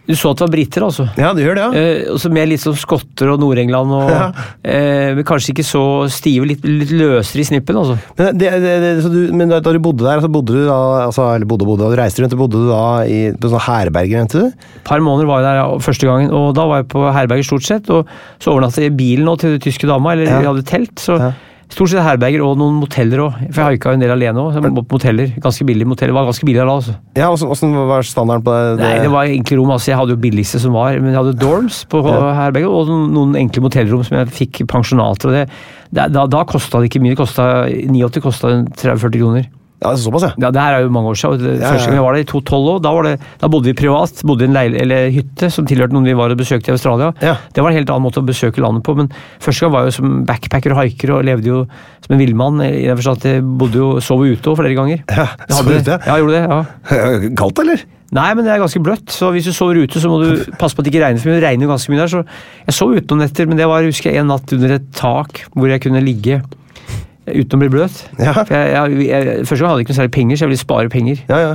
B: Du så at det var briter, altså.
A: Ja, det gjør det, ja.
B: Eh, også mer litt sånn skotter og Nord-England og eh, Men kanskje ikke så stive, litt, litt løsere i snippen, altså.
A: Men, det, det, det, så du, men da, da du bodde der, altså bodde du da altså, eller bodde, bodde, du reiste rundt, og bodde du da i, på sånne herberger, mente du?
B: Et par måneder var jeg der ja, første gangen, og da var jeg på herberger stort sett. Og så overnattet jeg i bilen også til den tyske dama, eller
A: Ja.
B: vi hadde telt. Så
A: Ja.
B: stort sett herberger og noen moteller òg, for jeg haika en del alene òg. Ganske billig motell. Det var ganske billig da, altså.
A: Ja, Åssen åssen var standarden på det?
B: Nei, det var egentlig rom, altså. Jeg hadde jo billigste som var, men jeg hadde dorms på herberget, og noen- noen enkle motellrom som jeg fikk pensjonater. og det, det, Da, da kosta det ikke mye. Det kosta 89 kosta 30-40 kroner.
A: ja, Såpass, ja.
B: Ja, Det her er jo mange år siden. Det,
A: ja,
B: Første gang jeg var der, i 2012 også, da, var det, da bodde vi privat. Bodde i en leil eller hytte som tilhørte noen vi var og besøkte i Australia.
A: Ja.
B: Det var en helt annen måte å besøke landet på, men første gang var jeg jo som backpacker og hiker og levde jo som en villmann. i den forstand at Jeg bodde jo, sov jo ute også flere ganger.
A: Ja,
B: Jeg
A: sov
B: hadde-
A: ute, ja.
B: Ja, jeg gjorde det, ja.
A: Kaldt, eller?
B: Nei, men det er ganske bløtt, så hvis du sover ute, så må du passe på at det ikke regner for mye. Det regner jo ganske mye der, så jeg sov ute noen netter, men det var husker jeg, en natt under et tak hvor jeg kunne ligge uten å bli bløt.
A: Ja.
B: For jeg, jeg, jeg, første gang hadde jeg ikke noe særlig penger, så jeg ville spare penger.
A: Ja, ja.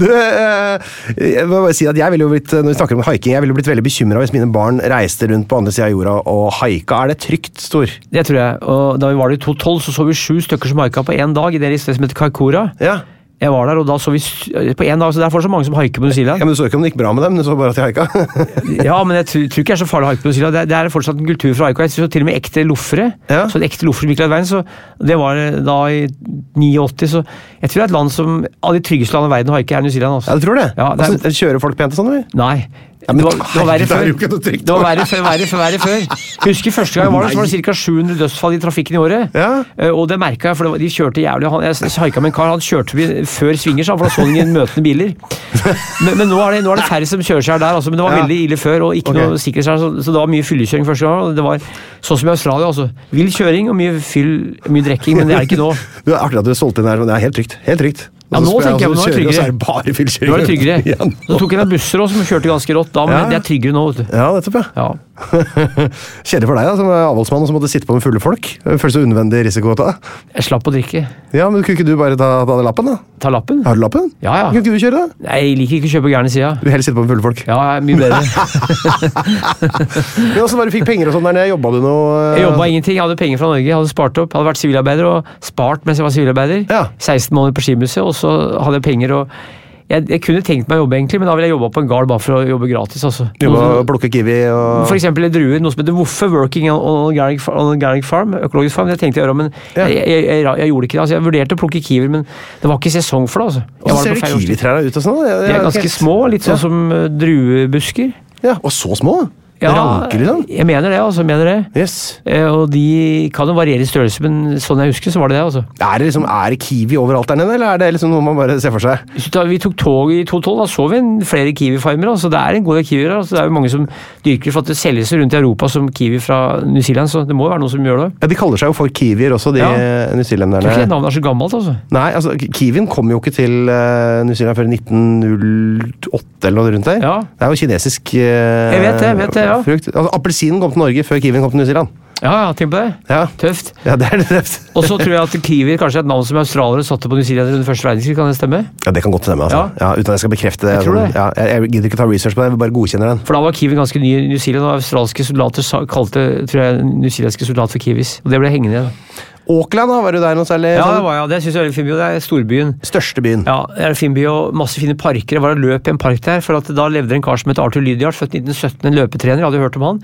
A: Du, eh, jeg må bare si at jeg ville jo blitt, når vi snakker om haiking, jeg ville blitt veldig bekymra hvis mine barn reiste rundt på andre sida av jorda og haika. Er det trygt, Stor?
B: Det tror jeg. Og da vi var der i 2012, så så vi sju stykker som haika på én dag i det stedet som heter Kaikura.
A: Ja.
B: Eh, Jeg var der, og da så vi s- eh, på en dag, så Det er fortsatt mange som haiker på New
A: Ja,
B: Zealand.
A: men Du så ikke om det gikk bra med dem, du så bare at de haika.
B: Ja, men jeg tror, tror ikke det er så farlig å haike på New Zealand. Det, er- det er fortsatt en kultur fra haik. og Jeg så til og med ekte loffere.
A: Ja.
B: Så en ekte loffer som gikk langs veien, så det var eh, da i 89, så jeg tror det er et land som Av de tryggeste landene i verden å haike, er New Zealand. Altså.
A: Ja, du tror det?
B: Ja, det er-
A: altså, kjører folk pent og sånn, eller?
B: Nei.
A: men
B: det, var, det var verre
A: herregud, det er
B: før.
A: jo ikke noe trygt.
B: Det var verre før, verre før, verre før. Husker første gang jeg var der, så var det ca. 700 dødsfall i trafikken i året.
A: Ja.
B: Eh, Og det merka jeg, for det var, de kjørte jævlig. Han, jeg haika med en kar, han kjørte forbi før svinger, så han for da så han ingen møtende biler. Men, men nå, er det, nå er det færre som kjører seg her der, altså, men det var
A: Ja.
B: veldig ille før. og ikke
A: Ok.
B: noe sikkerhetsvern, så, så det var mye fyllekjøring første gang. og Det var sånn som i Australia, altså. Vill kjøring og mye fyll, mye drikking, men det er det ikke nå.
A: Du, det er artig at du solgte inn her, men det er helt trygt. Helt trygt. Og
B: Ja,
A: så
B: nå
A: spør
B: tenker jeg,
A: altså,
B: nå
A: du kjører, og så
B: er det tryggere.
A: er det bare
B: Nå er
A: fyllekjøring.
B: det tryggere.
A: Igjen.
B: Så tok jeg noen busser også, som kjørte ganske rått da, men
A: Ja.
B: det er tryggere nå, vet du.
A: Ja, nettopp, ja.
B: Ja.
A: Kjedelig for deg, da, som er avholdsmann og som måtte sitte på med fulle folk. Det Føles så unødvendig risiko å ta.
B: Jeg slapp å drikke.
A: Ja, men kunne ikke du bare ta, ta den lappen, da?
B: Ta lappen?
A: Har du lappen?
B: Ja, ja.
A: Kunne ikke du kjøre, da?
B: Nei, jeg liker ikke å kjøpe gærne sida.
A: Du vil helst sitte på med fulle folk.
B: Ja, jeg er mye bedre.
A: Men også bare fikk penger og sånn der nede, jobba du noe? eh,
B: Jeg jobba ingenting, jeg hadde penger fra Norge, jeg hadde spart opp. Jeg hadde vært sivilarbeider og spart mens jeg var sivilarbeider.
A: Ja.
B: 16 måneder på skimuseet, og så hadde jeg penger og jeg, jeg kunne tenkt meg å jobbe, egentlig, men da ville jeg jobba på en gard bare for å jobbe gratis. Altså.
A: Jobba
B: Noe-
A: og eh, plukke kiwi og
B: For eksempel druer, noe som heter Woffe Working on on Organic, Fa- on organic Farm. Økologisk farm, det tenkte jeg å gjøre, men
A: Ja.
B: jeg, jeg, jeg, jeg gjorde ikke det. Altså, jeg vurderte å plukke kiwier, men det var ikke sesong for det. Altså.
A: Og så
B: Jeg var
A: ser du
B: der på feil årstid.
A: kiwitrærne ut og sånn.
B: De er ganske små, litt sånn som eh, druebusker.
A: Ja, Og så små? Ja. Ranker, liksom?
B: jeg mener det, altså. jeg Mener det.
A: Yes.
B: Eh, Og de kan jo variere i størrelse, men sånn jeg husker, så var det det. altså.
A: Er det liksom, er det kiwi overalt der nede, eller er det liksom noe man bare ser for seg?
B: Hvis du tar- Vi tok tog i 2012, da så vi en, flere kiwifarmer. altså Det er en god del kiwier her. altså Det er jo mange som dyrker for at det selges rundt i Europa som kiwi fra New Zealand, så det må jo være noen som gjør det.
A: Ja, De kaller seg jo for kiwier også, de
B: Ja.
A: eh,
B: Jeg tror ikke det
A: newzealenderne.
B: navnet er så gammelt, altså.
A: Nei, altså, ki- Kiwien kom jo ikke til uh, New Zealand før 1908 eller noe rundt der.
B: Ja.
A: Det er jo kinesisk eh,
B: Jeg vet det, jeg vet det, ja.
A: frukt. Altså, Appelsinen kom til Norge før kiwien kom til New Zealand.
B: Ja, ja, tenk på det.
A: Ja,
B: Tøft.
A: ja det er det.
B: Og så tror jeg at kiwier kanskje er et navn som australiere satte på New Zealand under første verdenskrig, kan det stemme?
A: Ja, Det kan godt stemme, altså. Ja. uten at jeg skal bekrefte det.
B: Jeg tror det.
A: Ja, jeg, jeg gidder ikke ta research på det, jeg bare godkjenner den.
B: For da var kiwi ganske ny i New Zealand, og australske soldater sa- kalte tror jeg, newzealandske soldater for kiwis. Og det ble hengende igjen.
A: Auckland, da, var du der noe særlig? Sånn
B: Ja,
A: sa du?
B: det var jeg. Det syns jeg er veldig fin by. og Det er storbyen.
A: Største byen.
B: Ja, det er en fin by og masse fine parker. Jeg var og løp i en park der, for at da levde det en kar som het Arthur Lydiard, født 1917, en løpetrener. Jeg hadde hørt om han.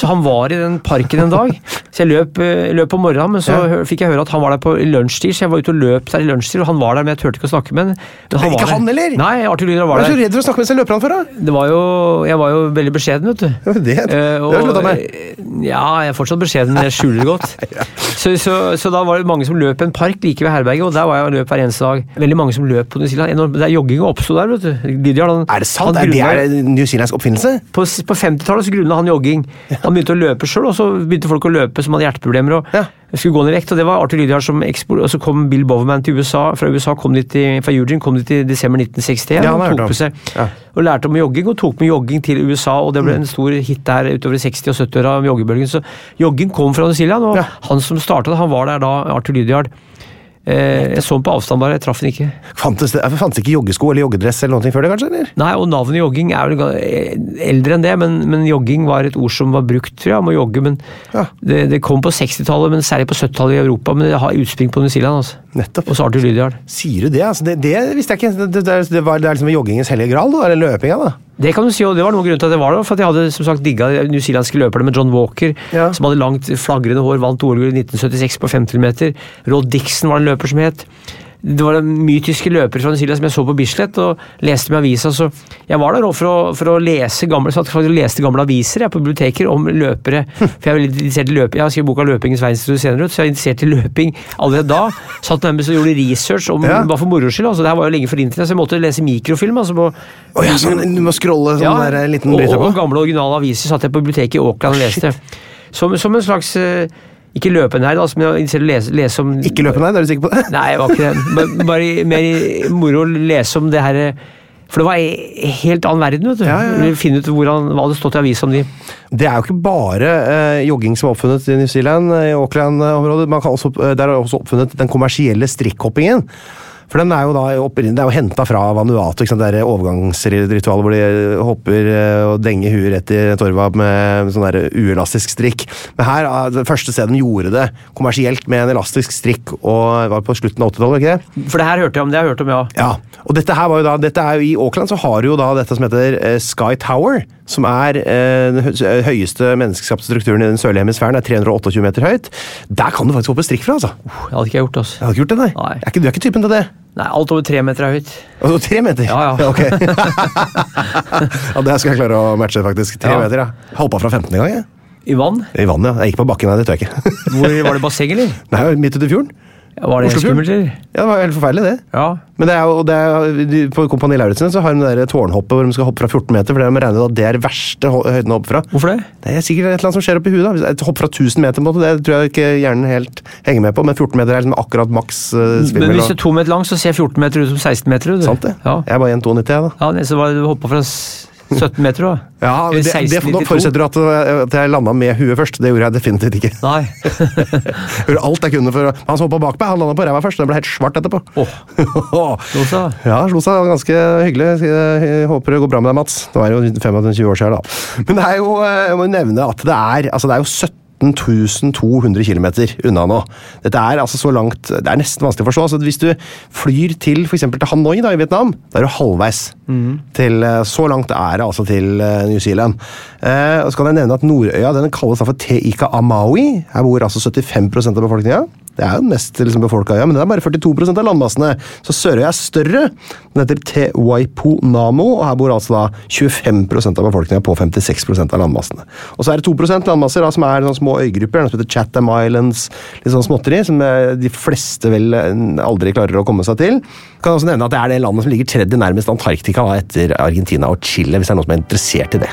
B: Så han var i den parken en dag. Så jeg løp, eh, løp om morgenen, men så hø- fikk jeg høre at han var der på lunsjtid, så jeg var ute og løp der i lunsjtid, og han var der, men jeg turte ikke å snakke med han. Men
A: Ikke
B: var der.
A: han heller?
B: Nei, Arthur Lydiard
A: Hva
B: var
A: er du så
B: der.
A: redd for å snakke med seg løperne for, da?
B: Det var jo, jeg var jo veldig beskjeden, vet du.
A: Ja, Det, det
B: Eh,
A: har jeg slutta med.
B: eh, Ja, jeg er fortsatt beskjeden, men jeg skjuler det godt. så, så, så da var det mange som løp en park like ved herberget, og der var jeg og løp hver eneste dag. Veldig mange som løp på New Zealand. Enormt- Det er jogging og oppsto der, vet du. Lydiard, han,
A: Er det sant?
B: han
A: Er det
B: grunnla-
A: er en newzealandsk oppfinnelse?
B: På, s- på 50-tallet så grunnla han jogging. Han begynte å løpe sjøl, og så begynte folk å løpe som hadde hjerteproblemer og
A: Ja.
B: skulle gå ned i vekt. og Det var Arthur Lydiard som ekspor... Og så kom Bill Boverman til USA, fra USA kom dit i, fra Eugene kom dit i desember 1961
A: Ja, han
B: og
A: har hørt
B: tok
A: om.
B: på seg
A: Ja. Mm.
B: og lærte om jogging, og tok med jogging til USA, og det ble en stor hit der utover i 60- og 70-åra om joggebølgen. Så jogging kom fra New Zealand, og
A: Ja.
B: han som starta det, han var der da, Arthur Lydiard. Eh, jeg så han på avstand bare, jeg traff han ikke.
A: Fantes det fantes det ikke joggesko eller joggedress eller noe ting før det, kanskje? eller?
B: Nei, og navnet jogging er vel ga- eh, eldre enn det, men, men jogging var et ord som var brukt, tror jeg, om å jogge. Men
A: Ja.
B: det, det kom på 60-tallet, men særlig på 70-tallet i Europa. Men det har utspring på New Zealand, altså.
A: Nettopp.
B: Og så Arthur Lydiard.
A: Sier du det? Altså, det, det visste jeg ikke. Det, det, det, er- det, var, det er liksom joggingens hellige gral, da? Eller løpinga, da?
B: Det kan du si, og det var noen grunn til at det var det. For at jeg hadde som sagt digga de newzealandske løperne med John Walker,
A: Ja.
B: som hadde langt, flagrende hår, vant OL-gull i 1976 på 50 meter. Rod Dixon var en løper som het. Det var mye tyske løpere fra New Zealand som jeg så på Bislett og leste med avisa. Så jeg var der også for å, for å lese gamle, satt faktisk og leste gamle aviser jeg, på biblioteker om løpere. For jeg er veldig interessert i løping. Jeg har skrevet boka 'Løpingens verdenshistorie' senere, ut, så jeg er interessert i løping allerede da. Satt nærmest og gjorde research om,
A: Ja.
B: bare for moro skyld. Altså, det her var jo lenge før internett, så jeg måtte lese mikrofilm. altså på
A: Å ja, sånn, du må scrolle sånn der eh, liten
B: og,
A: bryter
B: og
A: på?
B: gamle originale aviser satt jeg på biblioteket i Auckland og leste. Som, som en slags eh, Ikke løpenerd, altså, men jeg ser å lese, lese om
A: Ikke løpe, nei? Er du sikker på det?
B: Nei, jeg var ikke det. Bare, bare i- mer i- moro å lese om det her eh, For det var en helt annen verden, vet du.
A: Ja, ja, ja.
B: Finne ut hvordan, hva det stått i avisa om de.
A: Det er jo ikke bare eh, jogging som er oppfunnet i New Zealand, eh, i Auckland-området. Man kan også, eh, Der er også oppfunnet den kommersielle strikkhoppingen. For den er jo da opprinnelig, det er jo henta fra Vanuatu, ikke sant? det der overgangsritualet hvor de hopper eh, og denger huet rett i torva med sånn der uelastisk strikk. Men her, ah, det første stedet de gjorde det kommersielt med en elastisk strikk, og var på slutten av 80-tallet, var det ikke det?
B: For det her hørte jeg om, det har jeg hørt om, ja.
A: Ja, og dette her var jo da, dette er jo I Auckland så har du jo da dette som heter eh, Sky Tower, som er eh, den hø- høyeste menneskeskapte strukturen i den sørlige hemisfæren. er 328 meter høyt. Der kan du faktisk hoppe strikk fra, altså. Jeg
B: Det hadde ikke jeg gjort, altså.
A: hadde ikke gjort det, nei.
B: Nei.
A: Er ikke, du er ikke typen til det?
B: Nei, alt over tre meter er høyt.
A: Altså, tre meter?
B: Ja, ja.
A: ok. ja, det skal jeg klare å matche, faktisk. Tre
B: Ja.
A: meter, ja. Jeg hoppa fra 15 en gang, jeg.
B: I vann?
A: I vannet, ja. Jeg gikk på bakken, nei, det tør jeg ikke.
B: Hvor var det basseng, eller?
A: nei, midt ute i fjorden.
B: Var det
A: Oslofjorden.
B: skummelt, eller?
A: Ja, det var helt forferdelig, det.
B: Ja.
A: Men det er jo, det er, de- på Kompani Lauritzen så har de det der tårnhoppet hvor de skal hoppe fra 14 meter, for det de regner at det er det verste ho- høyden å hoppe fra.
B: Hvorfor det?
A: Det er sikkert et eller annet som skjer oppi huet. da. Hvis- Et hopp fra 1000 meter, på en måte, det tror jeg ikke hjernen helt henger med på, men 14 meter er liksom akkurat maks uh,
B: Men
A: svimmel.
B: hvis
A: og-
B: du er to meter lang, så ser 14 meter ut som 16 meter. Du.
A: Sant det?
B: Ja.
A: Jeg er bare 1,92, jeg, da.
B: Ja, det- så var det du hoppa fra s- 17 meter, da?
A: Ja,
B: Eller
A: det, det,
B: 16,92.
A: nå forutsetter du at, eh, at jeg landa med huet først. Det gjorde jeg definitivt ikke.
B: Nei.
A: Jeg Gjorde alt jeg kunne for å- Han som hoppa bak meg, han landa på ræva først. Det ble helt svart etterpå.
B: Slo seg.
A: Ja, slo seg ganske hyggelig. Jeg håper det går bra med deg, Mats. Nå er det jo 25 år siden, da. Men det er jo, eh, jeg må jo nevne at det er, altså det er jo 17 200 km unna nå. Dette er altså så langt Det er nesten vanskelig å forstå. Så hvis du flyr til for eksempel til Hanoi da, i Vietnam, da er du halvveis. Til, eh, så langt er det altså til eh, New Zealand. Eh, og så kan jeg nevne at Nordøya den kalles da for Teika Amaui. Her bor altså 75 av befolkninga. Det er jo den mest liksom, befolka øya, men den er bare 42 av landmassene. Så Sørøya er større. Den heter Te Waipunamo, og her bor altså da 25 av befolkninga på 56 av landmassene. Og så er det 2 landmasser da, som er sånne små øygrupper, noe som heter Chatham Islands, litt sånn småtteri, som eh, de fleste vel eh, aldri klarer å komme seg til. Kan også nevne at det er det landet som ligger tredje nærmest Antarktika, da, etter Argentina og Chile, hvis det er noen som er interessert i det.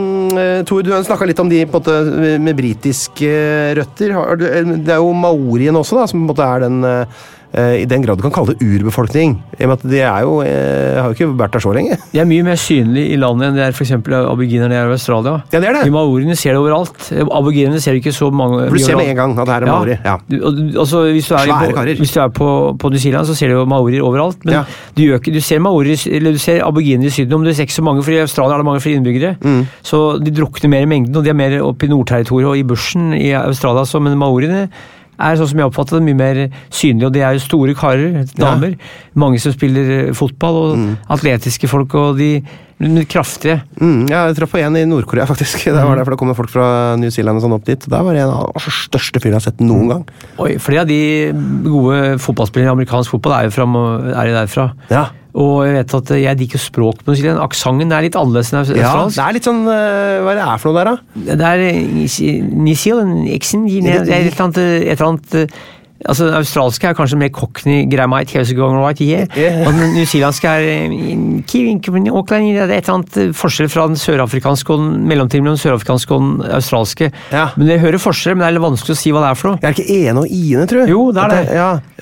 A: øh, Tor, du snakka litt om de på en måte, med britiske røtter. Har du- øh, Det er jo maorien også, da, som på en måte er den øh, øh, I den grad du kan kalle det urbefolkning. I og med at de er jo, øh, har jo ikke vært der så lenge.
B: De er mye mer synlige i landet enn de er for eksempel eh, aboriginerne i Australia.
A: Ja, det er det.
B: De maoriene ser det overalt. Eh, Aboriginerne ser ikke så mange
A: For du ser med en gang at her er maori. Ja.
B: Du- og du- altså, hvis du er,
A: Svære
B: i-
A: karer.
B: Hvis du er på, på New Zealand, så ser du jo maorier overalt. Men
A: Ja.
B: du, gjør ikke, du ser maorier, i Sy- eller du ser aboriginer i Syden, men du ser ikke så mange, for i Australia er det mange flere innbyggere.
A: Mm.
B: Så de drukner mer i mengden, og de er mer oppe i nordterritoriet og i bushen i Australia. Så, men maoriene er sånn som jeg oppfatter det, mye mer synlige. Og de er jo store karer, damer. Mange som spiller eh, fotball, og atletiske folk, og de men kraftige.
A: Mm, ja, jeg traff på en i Nord-Korea, faktisk. Der var det, for det kommer folk fra New Zealand og sånn opp dit. Der var det en av de største fyren jeg har sett
B: Mm.
A: noen gang.
B: Oi, flere av de gode fotballspillerne i amerikansk fotball er jo fra, er jo derfra.
A: Ja.
B: Og jeg vet at eh, jeg liker jo språk på New Zealand. Aksenten er litt annerledes enn
A: ja,
B: australsk.
A: Det er litt sånn eh, Hva er det er for noe der, da?
B: Det er eh, Nisi- New Zealand, Iksen, Gine- det er et eller annet, eh, et eller annet eh, Altså, Den australske er kanskje mer cockney, gramite, going right, yeah.
A: Yeah.
B: Og den newzealandske er eh, in- Kiwi, Kiwi, Auckland, yeah. Det er et eller annet eh, forskjell fra den sørafrikanske og den mellomtiden mellom den sørafrikanske og den australske.
A: Ja.
B: Men Jeg hører forskjell, men det er litt vanskelig å si hva det er for noe.
A: Det er ikke ene og iene, tror jeg.
B: Jo, det er
A: At
B: det.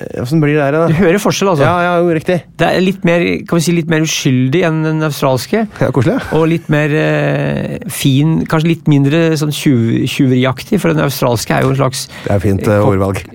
A: Ja, Åssen blir det der,
B: Du
A: da?
B: hører forskjell, altså.
A: Ja, ja, jo, riktig.
B: Det er litt mer, kan vi si, litt mer uskyldig enn den australske.
A: Ja, Koselig. ja.
B: Og litt mer eh, fin, kanskje litt mindre sånn tjuv- tjuveriaktig, for den australske er jo en slags
A: Det er fint eh, ordvalg.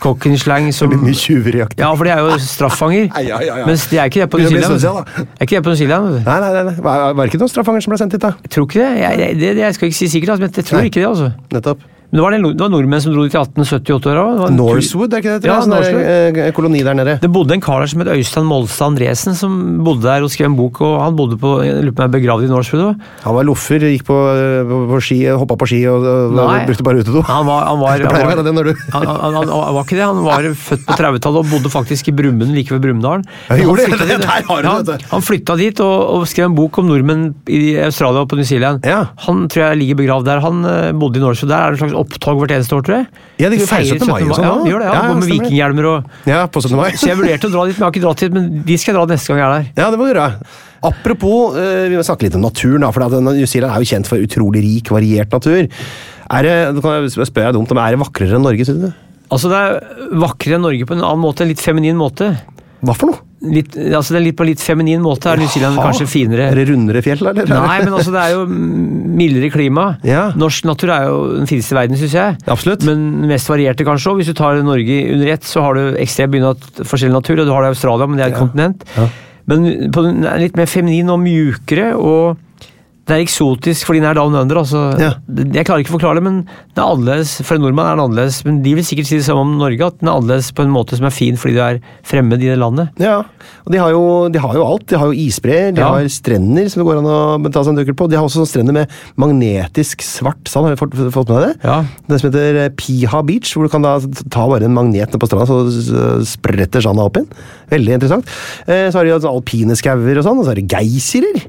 B: cockenslang som
A: Litt mye tjuveriaktig.
B: Ja, for de er jo straffanger.
A: Nei, ja, ja, ja.
B: Mens de er ikke det på New
A: Begynner å bli
B: Zealand.
A: sosial, da.
B: Er ikke det på New Zealand? vet du.
A: Nei, nei, nei, nei. Var, var det ikke noen straffanger som ble sendt dit, da?
B: Jeg tror ikke det. Jeg, jeg, det, jeg skal ikke si sikkert, altså, men jeg tror
A: Nei.
B: ikke det. altså.
A: Nettopp.
B: Men det var, den, det var nordmenn som dro dit i 1878-åra. Det var en tur-
A: Norsewood, er ikke det?
B: Ja,
A: Ja, sånn der, eh, koloni der nede.
B: Det bodde en kar der som het Øystein Molstad Andresen, som bodde der og skrev en bok. og Han bodde på, jeg lurer på om han er begravd i Norsewood. også.
A: Han var loffer, gikk på, eh, på- på ski, hoppa på ski og, og,
B: Nei.
A: og brukte bare utedo.
B: Han var, han var,
A: Det pleier å
B: han
A: være
B: var,
A: det når du
B: han, han, han, han var ikke det. Han var født på 30-tallet og bodde faktisk i Brumund, like ved Brumunddalen.
A: Ja, gjorde
B: Han
A: det?
B: flyttet dit.
A: Der har du det,
B: han,
A: vet du.
B: han flytta dit og, og skrev en bok om nordmenn i Australia og på New Zealand.
A: Ja.
B: Han tror jeg ligger begravd der. Han eh, bodde i Norsewood. Der er det en slags opptog hvert eneste år, tror jeg.
A: Ja, de
B: Vi
A: feirer 17. mai og sånn,
B: Ja,
A: da.
B: de gjør det,
A: Ja,
B: ja. Går med
A: stemmer det.
B: vikinghjelmer og
A: Ja, på 17. mai.
B: Så jeg vurderte å dra dit, men jeg har ikke dratt dit. Men de skal jeg dra neste gang jeg er der.
A: Ja, det må du gjøre. Apropos, eh, vi må snakke litt om naturen, da, for at New Zealand er jo kjent for utrolig rik, variert natur. Er det, nå kan jeg sp- spør jeg dumt, men er det vakrere enn Norge, synes du?
B: Altså, det er vakrere enn Norge på en annen måte, en litt feminin måte.
A: Hva for noe?
B: Litt, altså, det er litt på en litt feminin måte er New Zealand
A: Jaha.
B: kanskje finere.
A: Er det rundere fjell, eller?
B: Nei, men altså, det er jo mildere klima.
A: Ja.
B: Norsk natur er jo den fineste i verden, syns jeg.
A: Absolutt.
B: Men den mest varierte, kanskje òg. Hvis du tar Norge under ett, så har du ekstremt mye nat- forskjellig natur. Og du har det i Australia, men det er et kontinent. Men på den den er litt mer feminin og mjukere. og det er eksotisk fordi den er down under. Altså.
A: Ja.
B: Jeg klarer ikke å forklare det, men det er annerledes. For en nordmann er den annerledes, men de vil sikkert si det samme om Norge. At den er annerledes på en måte som er fin fordi du er fremmed i det landet.
A: Ja, og de har, jo, de har jo alt. De har jo isbreer, de
B: Ja.
A: har strender som det går an å ta seg en dukkert på. De har også sånne strender med magnetisk svart sand, har du fått, fått med deg det?
B: Ja.
A: Det som heter eh, Piha Beach, hvor du kan da ta bare en magnet ned på stranda, så s- spretter sanda opp igjen. Veldig interessant. Eh, Så har de jo sånne alpine skauer og sånn, og så er det geysirer.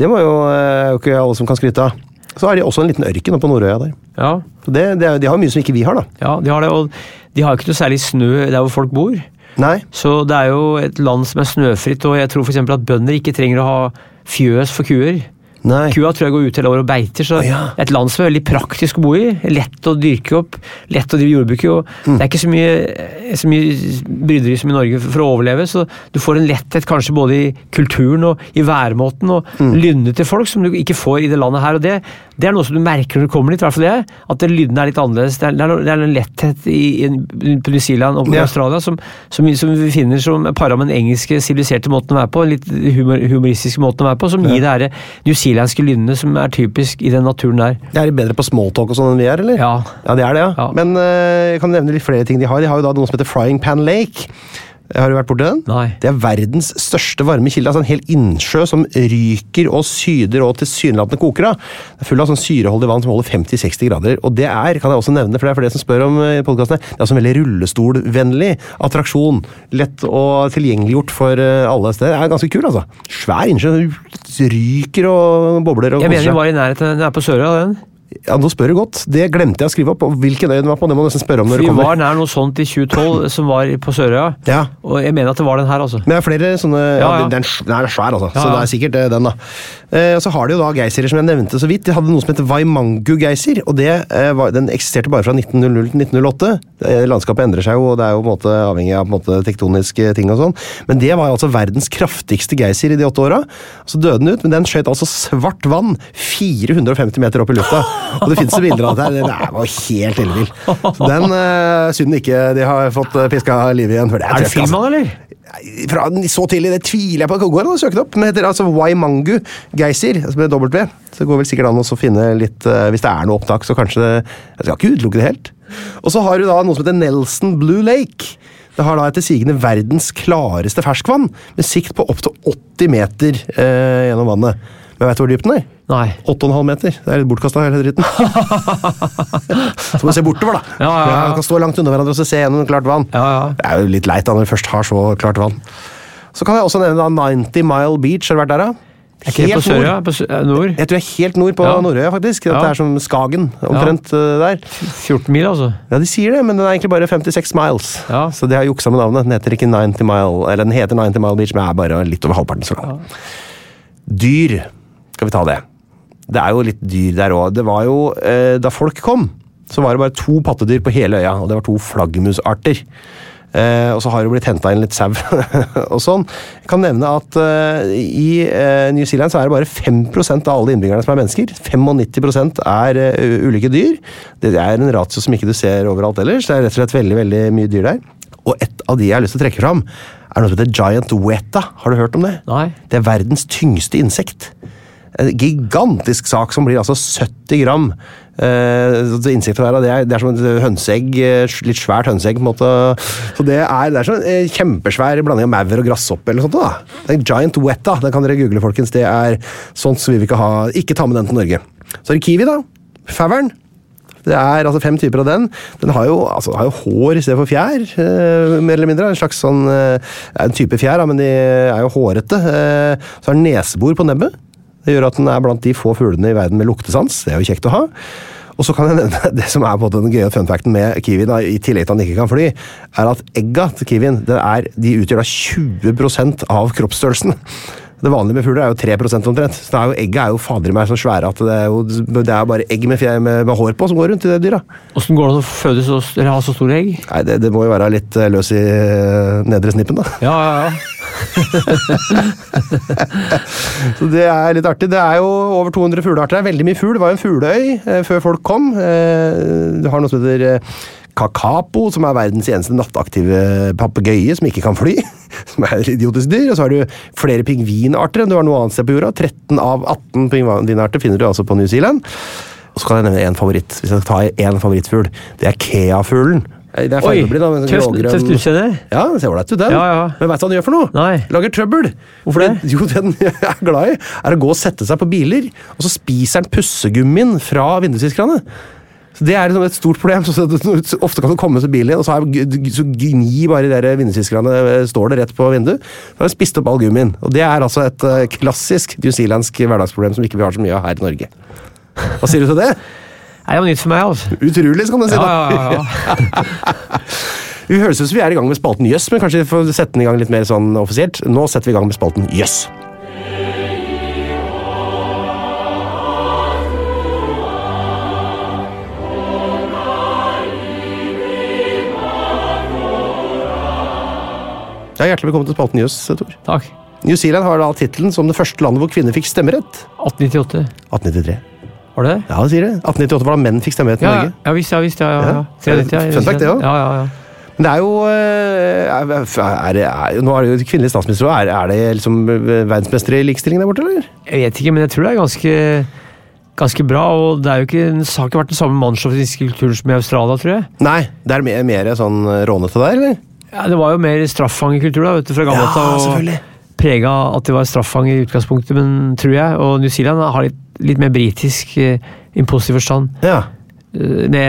A: Det må jo eh, jo ikke alle som kan skryte av. Så har de også en liten ørken oppe på Nordøya der.
B: Ja.
A: Så det, det er, jo- de har jo mye som ikke vi har, da.
B: Ja, de har det, og de har jo ikke noe særlig snø der hvor folk bor.
A: Nei.
B: Så det er jo et land som er snøfritt, og jeg tror f.eks. at bønder ikke trenger å ha fjøs for kuer.
A: Nei.
B: Kua tror jeg går ut hele året og beiter, så
A: Å, ja.
B: det er et land som er veldig praktisk å bo i. Lett å dyrke opp, lett å drive jordbruk i. og
A: Mm.
B: Det er ikke så mye, så mye bryderi som i Norge for å overleve, så du får en letthet kanskje både i kulturen og i væremåten, og
A: Mm.
B: lynne til folk som du ikke får i det landet her. og Det, det er noe som du merker når du kommer dit, i hvert fall jeg, at lynnene er litt annerledes. Det er, det er, det er en letthet i, i, på New Zealand og på
A: Ja.
B: Australia som, som, som vi finner som para med den engelske siviliserte måten å være på, den litt humor, humoristiske måten å være på, som gir det herre newzealandske lynnet som er typisk i den naturen der.
A: De er bedre på smalltalk og sånn enn vi er, eller?
B: Ja.
A: Ja, det er det, ja.
B: Ja.
A: Men eh, jeg kan nevne litt flere ting de har. De har jo da noe som heter Frying Pan Lake. Har du vært borti den?
B: Nei.
A: Det er verdens største varme kilde. Altså en hel innsjø som ryker og syder og tilsynelatende koker av. Det er full av sånn syreholdig vann som holder 50-60 grader. Og det er, kan jeg også nevne, for det er for det som spør om eh, podcasten her, det er også en veldig rullestolvennlig attraksjon. Lett og tilgjengeliggjort for eh, alle steder. Det er ganske kul, altså. Svær innsjø. Ryker og bobler og
B: Jeg
A: koser seg.
B: mener vi var i nærheten den er på Sørøya, den.
A: Ja, nå spør du godt. Det glemte jeg å skrive opp. og Hvilken øy den var på, det må du nesten spørre om når
B: Vi
A: du kommer.
B: var nær noe sånt i 2012 som var på Sørøya,
A: Ja.
B: og jeg mener at det var den her, altså.
A: Men det er flere sånne ja,
B: Ja, ja.
A: Den, er sv- den er svær, altså.
B: Ja,
A: Så
B: ja.
A: det er sikkert eh, den, da. Eh, og så har de jo da geysirer, som jeg nevnte så vidt. De hadde noe som het Waimangu-geysir. og det, eh, var, Den eksisterte bare fra 1900 til 1908. Eh, landskapet endrer seg jo, og det er jo på en måte avhengig av på en måte, tektoniske ting og sånn. Men det var altså verdens kraftigste geysir i de åtte åra. Så døde den ut, men den skjøt altså svart vann 450 meter opp i lufta. Og det fins bilder av det her. Den er jo helt ellevill. Så Den eh, synd ikke de har fått eh, piska liv igjen. For det
B: Er det
A: trøkk, altså.
B: film av den, eller?
A: Nei, fra den så tidlig, det tviler jeg på. Det går an å søke det opp. Den heter altså Waimangu Geysir, altså med W. Så det går vel sikkert an å så finne litt eh, Hvis det er noe opptak, så kanskje det Jeg skal ikke utelukke det helt. Og så har du da noe som heter Nelson Blue Lake. Det har da etter sigende verdens klareste ferskvann, med sikt på opptil 80 meter eh, gjennom vannet. Men veit du hvor dypt den er?
B: Nei.
A: 8,5 meter. Det er litt bortkasta, hele dritten. så må du se bortover, da.
B: Ja, ja, ja.
A: Man kan stå langt unna hverandre og så se gjennom klart vann.
B: Ja, ja.
A: Det er jo litt leit da, når du først har så klart vann. Så kan jeg også nevne da 90 Mile Beach. Har du vært der, da?
B: Er ikke det på
A: nord.
B: Sørøya? På Sø- eh, nord?
A: Jeg tror jeg er helt nord på
B: Ja.
A: Nordøya, faktisk. Dette
B: Ja.
A: er som Skagen, omtrent eh, der.
B: 14 mil, altså.
A: Ja, de sier det, men den er egentlig bare 56 miles.
B: Ja.
A: Så de har juksa med navnet. Den heter ikke 90 Mile, eller den heter 90 Mile Beach, men er bare litt over halvparten så lang. Dyr. Skal vi ta det? Det er jo litt dyr der òg. Det var jo eh, Da folk kom, så var det bare to pattedyr på hele øya, og det var to flaggermusarter. Eh, og så har det blitt henta inn litt sau og sånn. Jeg kan nevne at eh, i eh, New Zealand så er det bare 5 av alle innbyggerne som er mennesker. 95 er eh, u- ulike dyr. Det er en ratio som ikke du ser overalt ellers. Det er rett og slett veldig veldig mye dyr der. Og et av de jeg har lyst til å trekke fram, er noe som heter giant weta. Har du hørt om det?
B: Nei.
A: Det er verdens tyngste insekt. En gigantisk sak som blir altså 70 gram. Eh, så det insektet der, det er, det er som et hønseegg, eh, litt svært hønseegg. på en måte. Så Det er, det er sånn eh, kjempesvær blanding av maur og grasshoppe. eller noe sånt da. Det er en Giant wetta. Den kan dere google, folkens. Det er Sånt som vi vil ikke ha. Ikke ta med den til Norge. Så er det kiwi, da. Favern. Det er altså fem typer av den. Den har jo, altså, har jo hår i stedet for fjær, eh, mer eller mindre. En slags sånn eh, det er en type fjær, da, men de er jo hårete. Eh, så har den nesebor på nebbet. Det gjør at den er blant de få fuglene i verden med luktesans. Det er jo kjekt å ha. Og så kan jeg nevne Det som er på en måte den gøye funfacten med kiwien, da, i tillegg til at den ikke kan fly, er at egga til kiwien det er, de utgjør da 20 av kroppsstørrelsen. Det vanlige med fugler er jo 3 omtrent. Så det er jo, egget er jo fader i meg så svære at det er jo, det er jo bare egg med, fjer- med, med hår på som går rundt i det dyra.
B: Åssen går det an å føde så, eller ha så store egg?
A: Nei, det, det må jo være litt eh, løs i eh, nedre snippen, da.
B: Ja, ja, ja.
A: Så det er litt artig. Det er jo over 200 fuglearter. Det er veldig mye fugl. Det var jo en fugleøy eh, før folk kom. Eh, du har noe som heter eh, kakapo, som er verdens eneste nattaktive papegøye som ikke kan fly. Som er et idiotisk dyr. Og så har du flere pingvinarter enn du har noe annet sted på jorda. 13 av 18 pingvinarter finner du altså på New Zealand. Og så kan jeg nevne én favoritt. Hvis jeg skal ta én favorittfugl, det er keafuglen. Eh, Det er
B: Oi,
A: fargeblind, da. men
B: tøft-
A: grågrønn-
B: tøft utseende.
A: Ja, den ser ålreit ut, den.
B: Ja, ja.
A: Men veit du hva den gjør for noe?
B: Nei.
A: Lager trøbbel.
B: Hvorfor det?
A: Jo, det den er glad i, er å gå og sette seg på biler, og så spiser den pussegummien fra vindusviskerne. Så Det er liksom et stort problem. Så så- så ofte kan du komme til bilen, og så, er, så gni bare de der vindusviskerne eh, står det rett på vinduet. Så har den spist opp all gummien. Og Det er altså et eh, klassisk newzealandsk hverdagsproblem som ikke vi har så mye av her i Norge. Hva sier du til det?
B: Nei, Det var nytt for meg, altså.
A: Utrolig, skal man si.
B: Ja,
A: da.
B: ja, ja, ja.
A: Vi høres ut som vi er i gang med spalten Jøss, men kanskje vi får sette den i gang litt mer sånn offisielt. Nå setter vi i gang med spalten Jøss. Ja, Hjertelig velkommen til spalten Jøss, Tor.
B: Takk.
A: New Zealand har da tittelen som det første landet hvor kvinner fikk stemmerett.
B: 1898.
A: 1893.
B: Var det det?
A: Ja, det sier det. 1898 var da menn fikk stemmerett i
B: Ja,
A: Norge.
B: ja visst, ja visst. Ja, ja, ja.
A: Ja.
B: 93, ja.
A: Fun fact, det også.
B: Ja, ja, ja.
A: Men det er jo eh, er, er, det- er, Nå er det jo kvinnelig statsminister, og er, er det liksom eh, verdensmestere i likestilling der borte, eller?
B: Jeg vet ikke, men jeg tror det er ganske, ganske bra. Og det er jo ikke, det har ikke vært den samme mannsjåvinistiske kulturen som i Australia, tror jeg.
A: Nei, det er mer, mer sånn eh, rånete der, eller?
B: Ja, det var jo mer straffangekultur da, vet du, fra gammelt
A: Ja,
B: av, og
A: selvfølgelig.
B: Prega at det var straffange i utgangspunktet, men tror jeg. Og New Zealand har litt, litt mer britisk eh, i en positiv forstand.
A: Ja.
B: Eh, Det,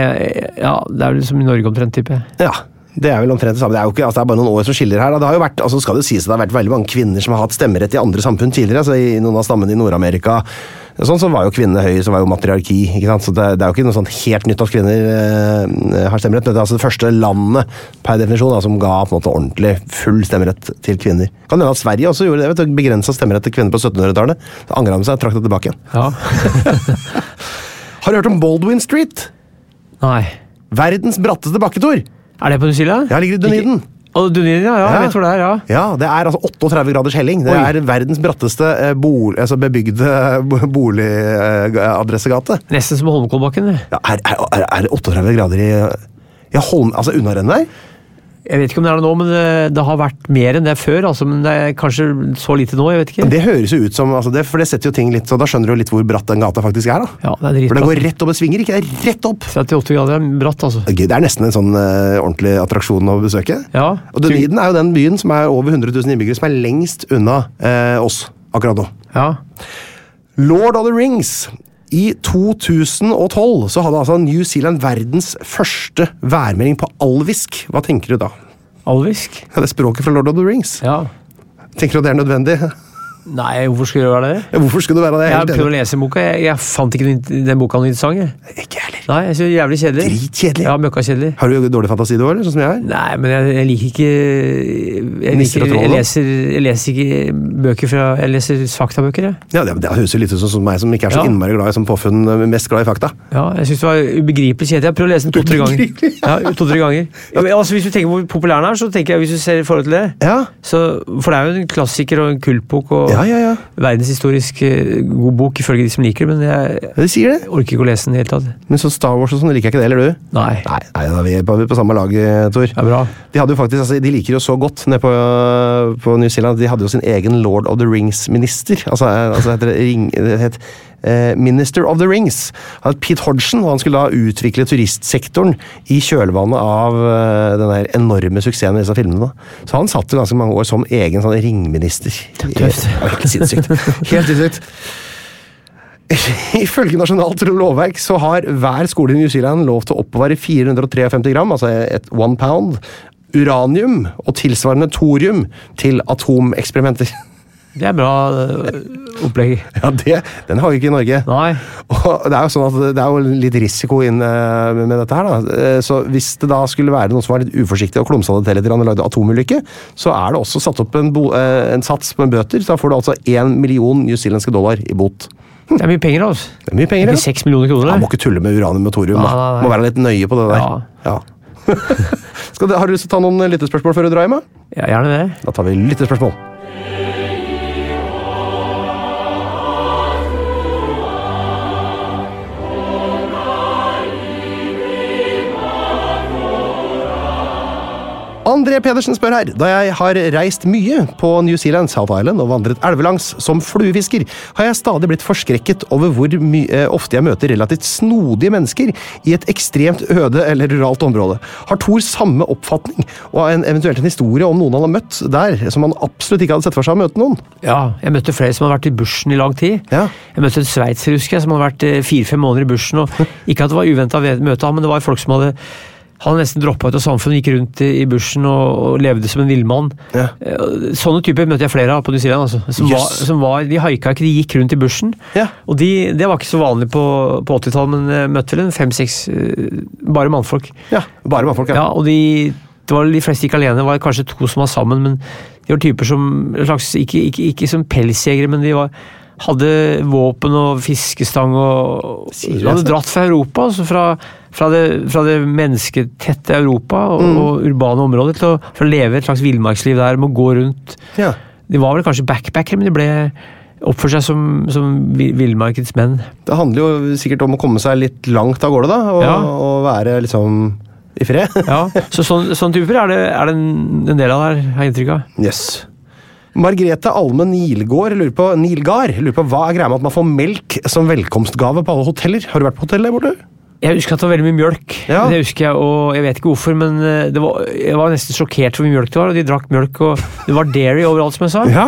B: ja, det er vel som i Norge omtrent, tipper jeg.
A: ja. Det er vel omtrent det samme. Det er jo ikke, altså det er bare noen år som skiller her. Da. Det har jo vært, altså skal det jo sies at det har vært veldig mange kvinner som har hatt stemmerett i andre samfunn tidligere. altså I noen av stammene i Nord-Amerika sånn så var jo kvinnene høye, så var jo matriarki. ikke sant? Så Det, det er jo ikke noe sånn helt nytt at kvinner eh, har stemmerett. Men det er altså det første landet per definisjon da, som ga på en måte ordentlig full stemmerett til kvinner. Kan hende at Sverige også gjorde det. vet du, Begrensa stemmerett til kvinner på 1700-tallet. Da angra de seg og trakk det tilbake igjen.
B: Ja.
A: Har du hørt om Baldwin Street?
B: Nei.
A: Verdens bratteste bakketor!
B: Er det på New Zealand?
A: Ja, ligger i Dunedin.
B: Og Dunedin, ja, ja,
A: Ja.
B: Jeg vet hvor det er, ja.
A: Ja, det er altså 38 graders helling. Det
B: Oi.
A: er verdens bratteste eh, bol, altså bebygde eh, boligadressegate.
B: Nesten som Holmenkollbakken. det.
A: Ja, er, er, er er det 38 grader i Ja, Holm... Altså unnarennet der?
B: Jeg vet ikke om det er det nå, men det, det har vært mer enn det før. Altså, men det er kanskje så lite nå, jeg vet ikke.
A: Det høres jo ut som altså det, For det setter jo ting litt sånn, da skjønner du jo litt hvor bratt den gata faktisk er, da.
B: Ja, det er
A: For den går
B: dritbra.
A: rett opp, det svinger ikke, det er rett opp!
B: 38 grader er bratt, altså.
A: Ok, Det er nesten en sånn eh, ordentlig attraksjon å besøke.
B: Ja.
A: Og Dunedin er jo den byen som er over 100 000 innbyggere, som er lengst unna eh, oss akkurat nå.
B: Ja.
A: Lord of the Rings. I 2012 så hadde altså New Zealand verdens første værmelding på alvisk. Hva tenker du da?
B: Alvisk?
A: Ja, Det er språket fra Lord of the Rings.
B: Ja.
A: Tenker du at det er nødvendig?
B: Nei, hvorfor skulle det være det?
A: Ja, Hvorfor skulle det være det?
B: Jeg
A: Jeg er
B: har prøvd å
A: helt
B: lese boka, jeg, jeg fant ikke den, den boka noe interessant. Jeg.
A: enig. Ikke heller.
B: Nei, jeg synes det er jævlig kjedelig.
A: Dritkjedelig.
B: Ja, møkkakjedelig.
A: Har du dårlig fantasi du òg, eller sånn som jeg er?
B: Nei, men jeg, jeg liker ikke jeg,
A: Nisser
B: liker,
A: og troll,
B: jeg,
A: da?
B: leser, jeg leser ikke bøker fra Jeg leser faktabøker, jeg.
A: Ja, det, det høres jo litt ut som- som meg, som ikke er så
B: Ja.
A: innmari glad i som påfunn, men mest glad i fakta.
B: Ja, jeg syns det var ubegripelig kjedelig. Jeg prøvde å lese den to-tre ganger.
A: Ubegripelig?
B: Ja, to-tre ganger. Ja, men, altså, hvis du tenker hvor populær den er, så tenker jeg hvis du ser i forhold til det
A: Ja,
B: så, For det er jo en klassiker og en kultbok og
A: ja, ja. ja.
B: verdenshistorisk eh, god bok ifølge de som liker det, men jeg
A: Ja, De sier det.
B: orker ikke å lese den i det hele tatt.
A: Men sånn Star Wars og sånn liker jeg ikke det, eller du?
B: Nei.
A: Nei, nei da er vi på, vi er på samme lag, eh, Tor.
B: Det er bra.
A: De hadde jo faktisk, altså, de liker jo så godt nede på, på New Zealand at de hadde jo sin egen Lord of the Rings-minister. Altså, eh, altså heter det, ring, det het eh, Minister of the Rings. Han het Pete Hodgson, og han skulle da utvikle turistsektoren i kjølvannet av eh, den der enorme suksessen med disse filmene. da. Så han satt jo ganske mange år som egen sånn ringminister.
B: Tøft.
A: Eh, ja, Helt sinnssykt. Helt sinnssykt. Ifølge nasjonalt lovverk så har hver skole i New Zealand lov til å oppbevare 453 gram, altså et one pound, uranium og tilsvarende thorium til atomeksperimenter.
B: Det er bra eh, opplegg.
A: Ja, det, Den har vi ikke i Norge.
B: Nei.
A: Og det er jo sånn at det er jo litt risiko inn eh, med dette her, da. Eh, Så hvis det da skulle være noen som var litt uforsiktig og klumsa det til litt og lagde atomulykke, så er det også satt opp en, bo, eh, en sats på en bøter. Så da får du altså én million newzealandske dollar i bot.
B: Det er mye penger, altså.
A: Det er mye
B: Det
A: penger,
B: er ikke seks millioner kroner.
A: Ja,
B: det.
A: må ikke tulle med uranium og thorium.
B: Nei, nei,
A: da.
B: nei.
A: Må være litt nøye på det der.
B: Ja.
A: Ja. Skal du, har du lyst til å ta noen eh, lyttespørsmål før du drar hjem? da?
B: Ja, gjerne det.
A: Da tar vi lyttespørsmål. André Pedersen spør her. Da jeg har reist mye på New Zealand, South Island og vandret elvelangs som fluefisker, har jeg stadig blitt forskrekket over hvor my eh, ofte jeg møter relativt snodige mennesker i et ekstremt øde eller ruralt område. Har Thor samme oppfatning og en eventuelt en historie om noen han har møtt der, som han absolutt ikke hadde sett for seg å møte noen?
B: Ja, jeg møtte flere som hadde vært i bushen i lang tid.
A: Ja.
B: Jeg møtte en sveitser husker jeg, som hadde vært eh, fire-fem måneder i bushen. Og ikke at det var uventa møte, av han, men det var folk som hadde han hadde nesten droppa ut av samfunnet, gikk rundt i i bushen og, og levde som en villmann.
A: Ja.
B: Eh, og Sånne typer møtte jeg flere av på New Zealand. Altså, som var,
A: Jøss.
B: som var, de haika ikke, de gikk rundt i bushen.
A: Ja.
B: Og de, Det var ikke så vanlig på, på 80-tallet, men eh, møtte vel en fem-seks eh, bare mannfolk.
A: Ja, Bare mannfolk,
B: Ja, og de, det var de fleste ikke alene, det var kanskje to som var sammen, men de var typer som en slags, ikke, ikke, ikke som pelsjegere, men de var, hadde våpen og fiskestang og
A: Sier du
B: De hadde
A: det?
B: dratt fra Europa, altså fra, fra, det, fra det mennesketette Europa og, og urbane områder, til å, for å leve et slags villmarksliv der med å gå rundt.
A: Ja.
B: De var vel kanskje backpackere, men de ble oppførte seg som, som vi- villmarkets menn.
A: Det handler jo sikkert om å komme seg litt langt av gårde, da. Og,
B: Ja.
A: og være liksom i fred.
B: Ja, så sånn, sånn typer er det, er det en, en del av der, har jeg inntrykk av.
A: Yes. Margrethe Alme Nilgaard lurer på, Nilgaard lurer på hva er greia med at man får melk som velkomstgave på alle hoteller. Har du vært på hotell der borte?
B: Jeg husker at det var veldig mye mjølk.
A: Ja.
B: Det husker jeg, og jeg vet ikke hvorfor, men eh, det var, jeg var nesten sjokkert over hvor mye mjølk det var. og De drakk mjølk, og det var dairy overalt, som jeg sa.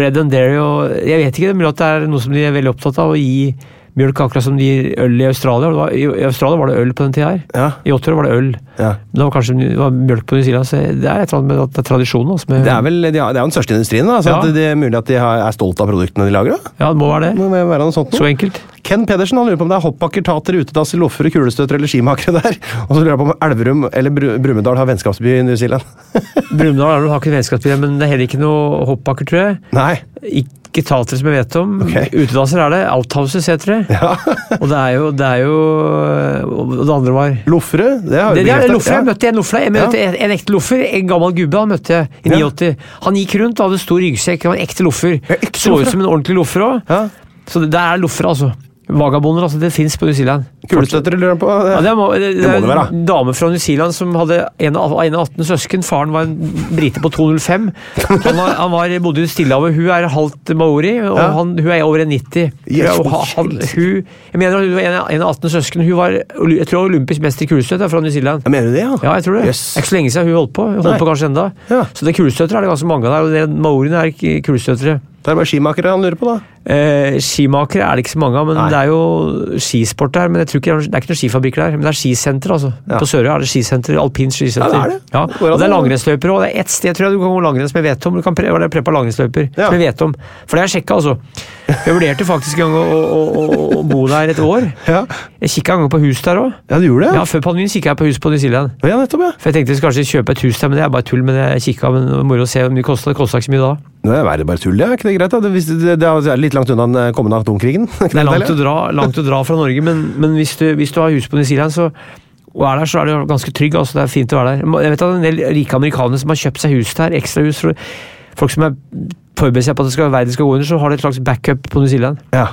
B: Bread and dairy og Jeg vet ikke, det er mulig at det er noe som de er veldig opptatt av, å gi mjølk akkurat som de gir øl i Australia. og Det var, I i Australia var det øl på den tida her.
A: Ja.
B: I åtte år var det øl.
A: Ja.
B: Men Det var kanskje det var mjølk på New Zealand, så det er et eller annet med at det er tradisjonen. Altså, med,
A: Det er vel de har- det er jo den største industrien, da, så
B: Ja.
A: at det er mulig at de har- er stolt av produktene de lager. da.
B: Ja, det må være
A: Det
B: det.
A: må være noe sånt.
B: Så
A: nå.
B: enkelt.
A: Ken Pedersen han lurer på om det er hoppbakker, tater, utedass, loffer, kulestøter eller skimakere der. Og så lurer jeg på om Elverum eller Bru- Brumunddal har vennskapsby i New Zealand.
B: Brumunddal har vel- har ikke en vennskapsbil, men det er heller ikke noe hoppbakker, tror jeg.
A: Nei.
B: Ikke tatere som jeg vet om.
A: Ok.
B: Utedasser er det. Outhouses heter det.
A: Ja.
B: Og det er jo Det, er jo, og det andre var
A: Loffere, det har
B: det, det er
A: bekreftet.
B: loffer, Jeg
A: Ja.
B: møtte en loffer, jeg møtte en, en ekte loffer. En gammel gubbe han møtte jeg i
A: Ja.
B: 89. Han gikk rundt og hadde stor ryggsekk. Han var en ekte loffer.
A: Ja, ekte
B: Så
A: loffer,
B: ut som en ordentlig loffer òg.
A: Ja.
B: Så det der er loffer, altså. Vagabonder, altså. Det fins på New Zealand.
A: Kulestøttere lurer jeg på.
B: Ja, det, må, det,
A: Det må det
B: er
A: være.
B: En dame fra New Zealand som hadde en av en av 18 søsken. Faren var en brite på 205. Han, var, han var, bodde i Stillehavet. Hun er halvt maori, og
A: Ja.
B: han, hun er over 1,90.
A: Yes,
B: og ha- han, hun, jeg mener hun var en av- en av 18 søsken. Hun var oly- jeg tror, olympisk mester i kulestøt er fra New Zealand.
A: Ja, Mener du det, ja?
B: Ja, jeg tror det.
A: Jøss.
B: Det er ikke så lenge siden hun holdt på. Hun
A: Nei.
B: holdt på kanskje enda.
A: Ja.
B: Så det er kulestøtere er det ganske mange av der, og det, maoriene er ikke kulestøtere.
A: Det er bare skimakere han lurer på, da.
B: Eh, skimakere er det ikke så mange av, men
A: Nei.
B: det er jo skisport der. Men jeg tror ikke, det er- det er ikke noen skifabrikker der, men det er skisenter. altså.
A: Ja.
B: På Sørøya er det skisenter, alpint skisenter.
A: Ja, det er det.
B: Ja,
A: Det går an
B: og det er
A: å-
B: langrennsløyper òg. Det er ett sted tror jeg du kan gå langrenn som jeg vet om. Du kan pre eller preppa langrennsløyper
A: Ja.
B: som jeg vet om. For det har jeg sjekka, altså. Jeg vurderte faktisk en gang å, å, å, å bo der et år.
A: Ja,
B: Jeg kikka en gang på hus der òg.
A: ja du gjorde det?
B: Ja, før pandemien kikka jeg på hus på New Zealand.
A: Ja, ja nettopp, ja.
B: For jeg tenkte kanskje kjøpe et hus der, men det er bare tull. Men jeg kikka, men det var moro å se hvor mye det kosta. Det kosta ikke så mye da.
A: Nå er det bare tull, ja. Er ikke det greit? da? Det, hvis- det, det er litt langt unna den eh, kommende atomkrigen.
B: Det er langt å dra, langt å dra fra Norge, men, men hvis, du, hvis du har hus på New Zealand, så og er der, så er det jo ganske trygg. altså Det er fint å være der. Jeg vet at En del rike amerikanere som har kjøpt seg hus der, ekstrahus for folk som er forbereder seg på at det skal, verden skal gå under, så har de et slags backup på New Zealand.
A: Ja.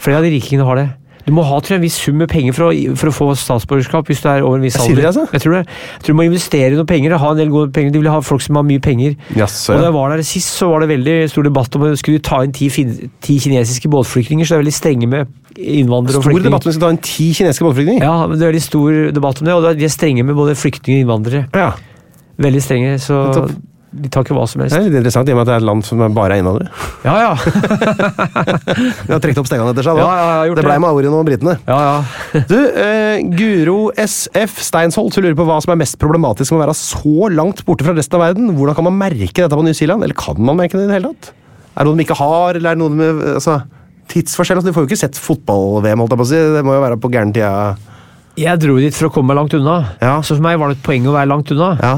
B: Flere av de rikingene har det. Du må ha tror jeg, en viss sum med penger for å, for å få statsborgerskap hvis du er over en viss
A: Jeg sier
B: alder.
A: det, altså.
B: Jeg tror det. Jeg tror du må investere i noen penger. Ha en del gode penger. De vil ha folk som har mye penger.
A: Jaså,
B: Og da
A: ja.
B: jeg var der sist, så var det veldig stor debatt om skulle de ta inn ti, fin- ti kinesiske båtflyktninger, så det er veldig strenge med innvandrere og
A: Stor debatt
B: flyktninger.
A: om vi skal ta en ti kinesiske båtflyktninger.
B: Ja, men det er veldig stor debatt om det, og det er- de er strenge med både flyktninger og innvandrere.
A: Ja.
B: Veldig strenge, så
A: Nettopp.
B: de tar ikke hva som
A: Det
B: helst.
A: er litt interessant i og med at det er et land som bare er innvandrere.
B: Ja, ja.
A: De har trukket opp stengene etter seg. da.
B: Ja, ja, jeg har gjort
A: det ble
B: det.
A: maoriene og britene.
B: ja, ja.
A: Du, eh, Guro SF Steinsholt så lurer på hva som er mest problematisk med å være så langt borte fra resten av verden. Hvordan kan man merke dette på New Zealand? Eller kan man merke det i det hele tatt? Er det noe de ikke har, eller er det noe med altså, tidsforskjell? Altså, de får jo ikke sett fotball-VM, holdt jeg på å si. Det må jo være på gæren tida.
B: Jeg dro dit for å komme meg langt unna,
A: Ja.
B: så for meg var det et poeng å være langt unna.
A: Ja.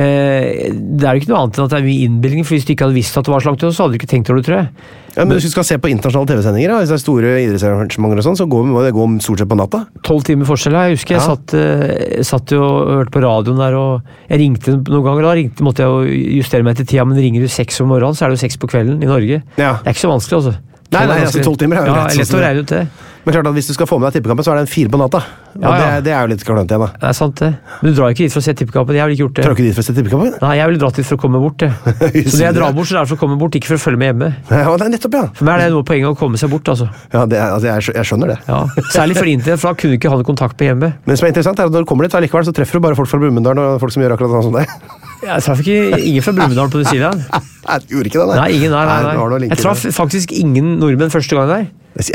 B: Eh, det er jo ikke noe annet enn at det er mye innbilning, for hvis du ikke hadde visst at det var så langt unna, så hadde du ikke tenkt over det, tror jeg.
A: Ja, men hvis du skal se på internasjonale TV-sendinger, da, hvis det er store idrettsarrangementer, og sånn, så går, må det gå stort sett på natta.
B: tolv timer forskjell. Jeg husker jeg
A: Ja.
B: satt, eh, satt jo og hørte på radioen der, og jeg ringte noen ganger. Da ringte, måtte jeg jo justere meg etter tida, men ringer du seks om morgenen, så er det jo seks på kvelden i Norge.
A: Ja.
B: Det er ikke så vanskelig, altså.
A: Nei,
B: Tolv er
A: nei, altså,
B: ganske-
A: tolv timer er jo
B: ja,
A: greit,
B: lett
A: sånn
B: å
A: som
B: regne ut det.
A: Men klart at hvis du skal få med deg tippekampen, så er det en fire på natta. Og
B: Ja, ja.
A: Det, det er jo litt klønete igjen, da.
B: Det er sant, det. Men du drar ikke dit for å se tippekampen. Jeg ville ikke gjort
A: Drar du
B: det.
A: ikke dit for å se tippekampen?
B: Nei, jeg ville dratt dit for å komme bort, det. Så når jeg drar bort, så er det for å komme bort, ikke for å følge med hjemme.
A: Ja, det er nettopp, ja.
B: For meg er det noe poenget å komme seg bort, altså.
A: ja det, er- altså, jeg, skjø- jeg skjønner det.
B: Ja. Særlig for internett, for da kunne du ikke ha noe kontakt med hjemmet.
A: Men det som er interessant er at når du kommer dit, så, likevel, så treffer du bare folk fra Brumunddal og folk som gjør akkurat sånn som deg.
B: Jeg traff ikke ingen fra Brumunddal på New Zealand.
A: Nei, du gjorde ikke det,
B: Nei, ingen, nei, nei,
A: du har noe
B: nei.
A: link
B: Jeg
A: til
B: traff
A: det.
B: faktisk ingen nordmenn første gang der.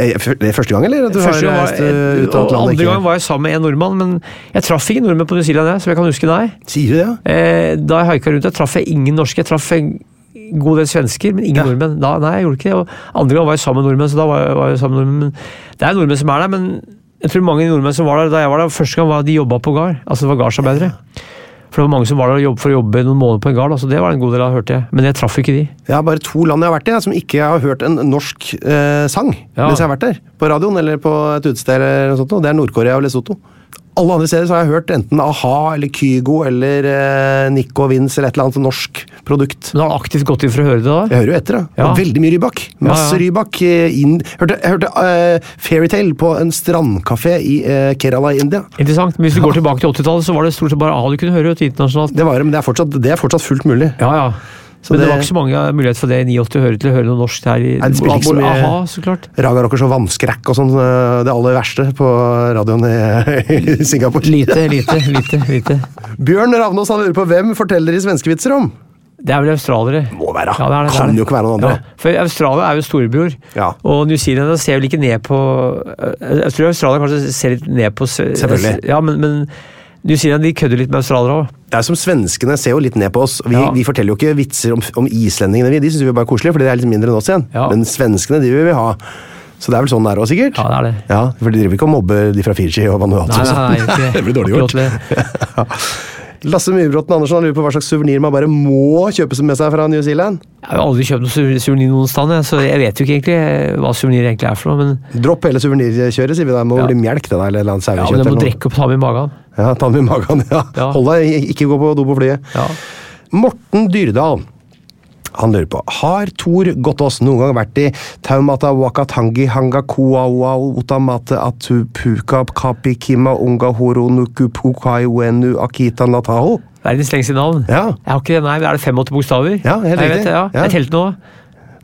A: Er det første gang, eller? At du
B: Første gang
A: har
B: var,
A: reist eh, ut av
B: og
A: landet?
B: andre
A: ikke-
B: gang var jeg sammen med en nordmann, men jeg traff ingen nordmenn på New Zealand, jeg, som jeg kan huske, nei.
A: Sier du det, ja?
B: Eh, Da jeg haika rundt der, traff jeg ingen norske. Jeg traff en god del svensker, men ingen
A: Ja.
B: nordmenn. Da, nei, jeg gjorde ikke det. Og andre gang var jeg sammen med nordmenn, så da var jeg, var jeg sammen med nordmenn. Men det er nordmenn som er der, men jeg tror mange nordmenn som var der da jeg var der, første gang var de jobba på gard. Altså det var gardsarbeidere. For det var mange som var der og jobb- for å jobbe noen måneder på en gard, da, så det var en god del av, hørte jeg. Men jeg traff ikke de.
A: Jeg har bare to land jeg har vært i jeg, som ikke har hørt en norsk eh, sang
B: Ja.
A: mens jeg har vært der. På radioen eller på et utested eller noe sånt. og Det er Nord-Korea og Lesotho. Alle andre steder så har jeg hørt enten a-ha eller Kygo eller eh, Nico Vins eller et eller annet sånn norsk produkt.
B: Men har han aktivt gått inn for å høre det da?
A: Jeg hører jo etter, da.
B: Ja.
A: Og veldig mye Rybak. Masse
B: Ja, ja.
A: Rybak. eh, Inn. Hørte, jeg hørte eh, Fairytale på en strandkafé i eh, Kerala i India.
B: Interessant. Men hvis du går tilbake til 80-tallet, så var det stort sett bare A du kunne høre ut internasjonalt.
A: Det var det, men det er fortsatt, det er fortsatt fullt mulig.
B: Ja, ja.
A: Så
B: men det,
A: det-
B: var ikke så mange muligheter for det i 89 å høre til å høre noe norsk her. i
A: Nei, det spiller ikke så
B: Hvor-
A: mye-
B: Aha, så klart.
A: Raga Rockers og Vannskrekk og sånn, eh, det aller verste på radioen i, i Singapore.
B: Lite, lite, lite. lite.
A: Bjørn Ravnås han lurer på hvem forteller de svenskevitser om?
B: Det er vel australiere.
A: Må være.
B: Ja, det er det, det er
A: kan
B: det.
A: jo ikke være noen andre.
B: Ja, for Australia er jo storebror,
A: Ja.
B: og New Zealand ser vel ikke ned på eh, Jeg tror Australia kanskje ser litt ned på
A: Selvfølgelig.
B: Ja, men, men New Zealand de kødder litt med australiere òg.
A: Det er som Svenskene ser jo litt ned på oss. Vi,
B: Ja.
A: vi forteller jo ikke vitser om, om islendingene. vi. De syns vi er bare koselige, fordi de er litt mindre enn oss igjen.
B: Ja.
A: Men svenskene de vil vi ha. Så det er vel sånn det er òg, sikkert.
B: Ja, det er det.
A: Ja, For de driver ikke og mobber de fra Fiji og Vanuatu.
B: Nei,
A: og sånn.
B: nei, nei, ikke
A: det blir dårlig gjort.
B: Akkurat det.
A: Lasse Myrbråten Andersen han lurer på hva slags suvenir man bare må kjøpe med seg fra New Zealand.
B: Jeg har jo aldri kjøpt noe su- suvenir noen sted, jeg, så jeg vet jo ikke egentlig hva suvenir egentlig er for noe. Men,
A: Dropp hele suvenirkjøret, sier vi. Det må
B: Ja.
A: bli melk, det der. Eller et eller annet
B: ja, men
A: sauekjøtt.
B: jeg må
A: eller noe.
B: drikke opp ta med i magen.
A: ja, ta den i magen. Ja.
B: Ja.
A: Hold deg, ikke gå på do på flyet.
B: Ja.
A: Morten Dyrdal. Han lurer på har Thor Gottaas noen gang vært i Taumata Wakatangi Hangakuaua Otamate Atupuka Kapikima Ungahoro Nukupukai Uenu Akita Nataho?
B: Verdens lengste navn.
A: Ja.
B: Jeg har ikke det, nei, men Er det 85 bokstaver?
A: Ja, helt
B: jeg
A: riktig.
B: vet det, ja.
A: Ja.
B: Jeg telte nå.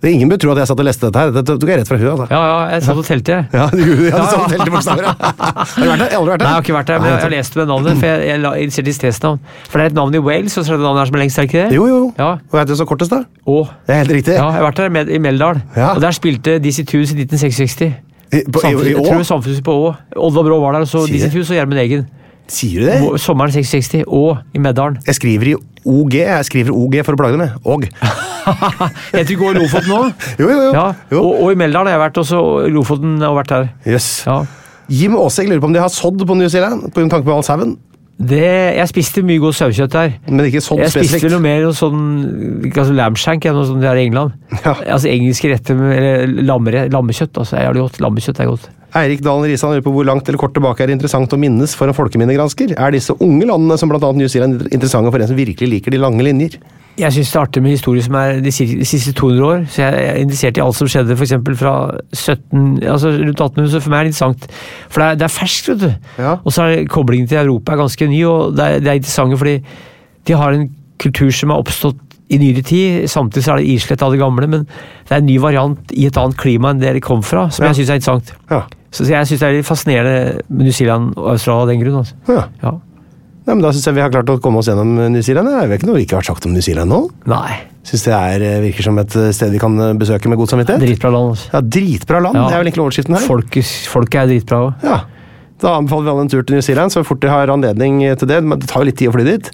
A: Det er Ingen burde tro at jeg satt og leste dette her. Dette tok jeg rett fra huet. altså.
B: Ja, ja, jeg satt og telte. jeg.
A: Ja, du, ja, du satt og telte bokstaver, ja. Har du vært der? Jeg har Aldri vært der?
B: Nei, jeg har ikke vært der, men jeg jeg har
A: Nei,
B: lest med navnet. For jeg, jeg la inn stedsnavn. For det er et navn i Wales, og så er det et navn her som er lengst, er det ikke det?
A: Jo, jo.
B: Ja.
A: Og vet du så kortest, da?
B: Og,
A: Det er helt riktig.
B: ja, jeg har vært der med, i Meldal,
A: Ja.
B: og der spilte DC Tunes i 1966.
A: I- på- i-
B: Samfunns,
A: i
B: jeg
A: Å?
B: tror Samfunnshuset på Å. Oddvar Brå var der, og så
A: Sier
B: DC
A: det.
B: Tunes og Gjermund Egen.
A: Sier du det?
B: Vå- Sommeren 66, Å, i Meldalen.
A: Jeg skriver i OG. Jeg skriver OG for å plage dem. jeg. Og.
B: Heter du ikke Å i Lofoten nå?
A: Jo, jo, jo.
B: Ja,
A: jo.
B: og, og i Meldal har jeg vært, og så i Lofoten har jeg vært der.
A: Yes.
B: Ja.
A: Jim Aaseng lurer på om de har sådd på New Zealand på grunn av tanke på all sauen.
B: Det, jeg spiste mye godt sauekjøtt der.
A: Men ikke sådd
B: Jeg spiste
A: spesifikt.
B: noe mer noe sånn ikke, altså lamshank, ja, noe sånt der i England.
A: Ja.
B: Altså Engelske retter med eller, lammere, lammekjøtt. altså jeg har det godt. Lammekjøtt er godt.
A: Eirik Dalen Risan lurer på hvor langt eller kort tilbake er det interessant å minnes for en folkeminnegransker. Er disse unge landene, som bl.a. New Zealand, interessante for en som virkelig liker de lange linjer?
B: Jeg syns det er artig med historie som er de si- de siste 200 år. Så jeg er interessert i alt som skjedde for eksempel fra 17, altså rundt 1800. Så for meg er det interessant. For det er, det er ferskt, vet du.
A: Ja.
B: Og så er koblingen til Europa er ganske ny, og det er, det er interessant fordi de har en kultur som er oppstått i nyere tid. Samtidig så er det islett av det gamle, men det er en ny variant i et annet klima enn det de kom fra, som
A: Ja.
B: jeg syns er interessant.
A: Ja.
B: Så jeg syns det er litt fascinerende med New Zealand og Australia av den grunn. Altså.
A: ja.
B: Ja.
A: Nei, men da syns jeg vi har klart å komme oss gjennom eh, New Zealand. Det er vel ikke noe vi ikke har sagt om New Zealand nå?
B: Nei.
A: Syns det er, eh, virker som et eh, sted vi kan eh, besøke med god samvittighet?
B: Dritbra land. Altså.
A: Ja, Dritbra land.
B: Ja.
A: Det er vel egentlig overskriften her.
B: Folket, folket er dritbra òg.
A: Ja. Da anbefaler vi alle en tur til New Zealand, så fort de har anledning eh, til det. Men det tar jo litt tid å fly dit,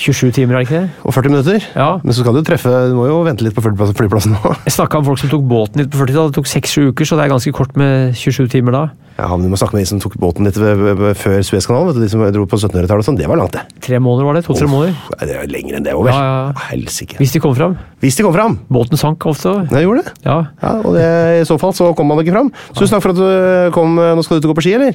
B: 27 timer, er det ikke det?
A: og 40 minutter.
B: Ja.
A: Men så skal du jo treffe Du må jo vente litt på flyplass- flyplassen nå.
B: Jeg snakka om folk som tok båten hit på 40-tallet. Det tok 6-7 uker, så det er ganske kort med 27 timer da.
A: Ja, men Du må snakke med de som tok båten litt ved- ved- ved- eh, før Suezkanalen. vet du, De som dro på 1700-tallet og sånn. Det var langt, det.
B: Tre måneder var det? To-tre måneder.
A: Nei, det er jo lenger enn det, over.
B: Ja, ja, ja.
A: Helsike.
B: Hvis de kom fram.
A: Hvis de kom fram!
B: Båten sank ofte. og-
A: Ja, gjorde det.
B: Ja.
A: Ja, og det, I så fall så kom man ikke fram. Så Tusen takk for at du eh, kom. Nå skal du ut og gå på ski, eller?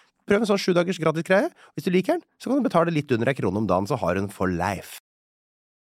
A: Prøv en sånn sju dagers gratis greie. Hvis du liker den, så kan du betale litt under ei krone om dagen, så har du den for life.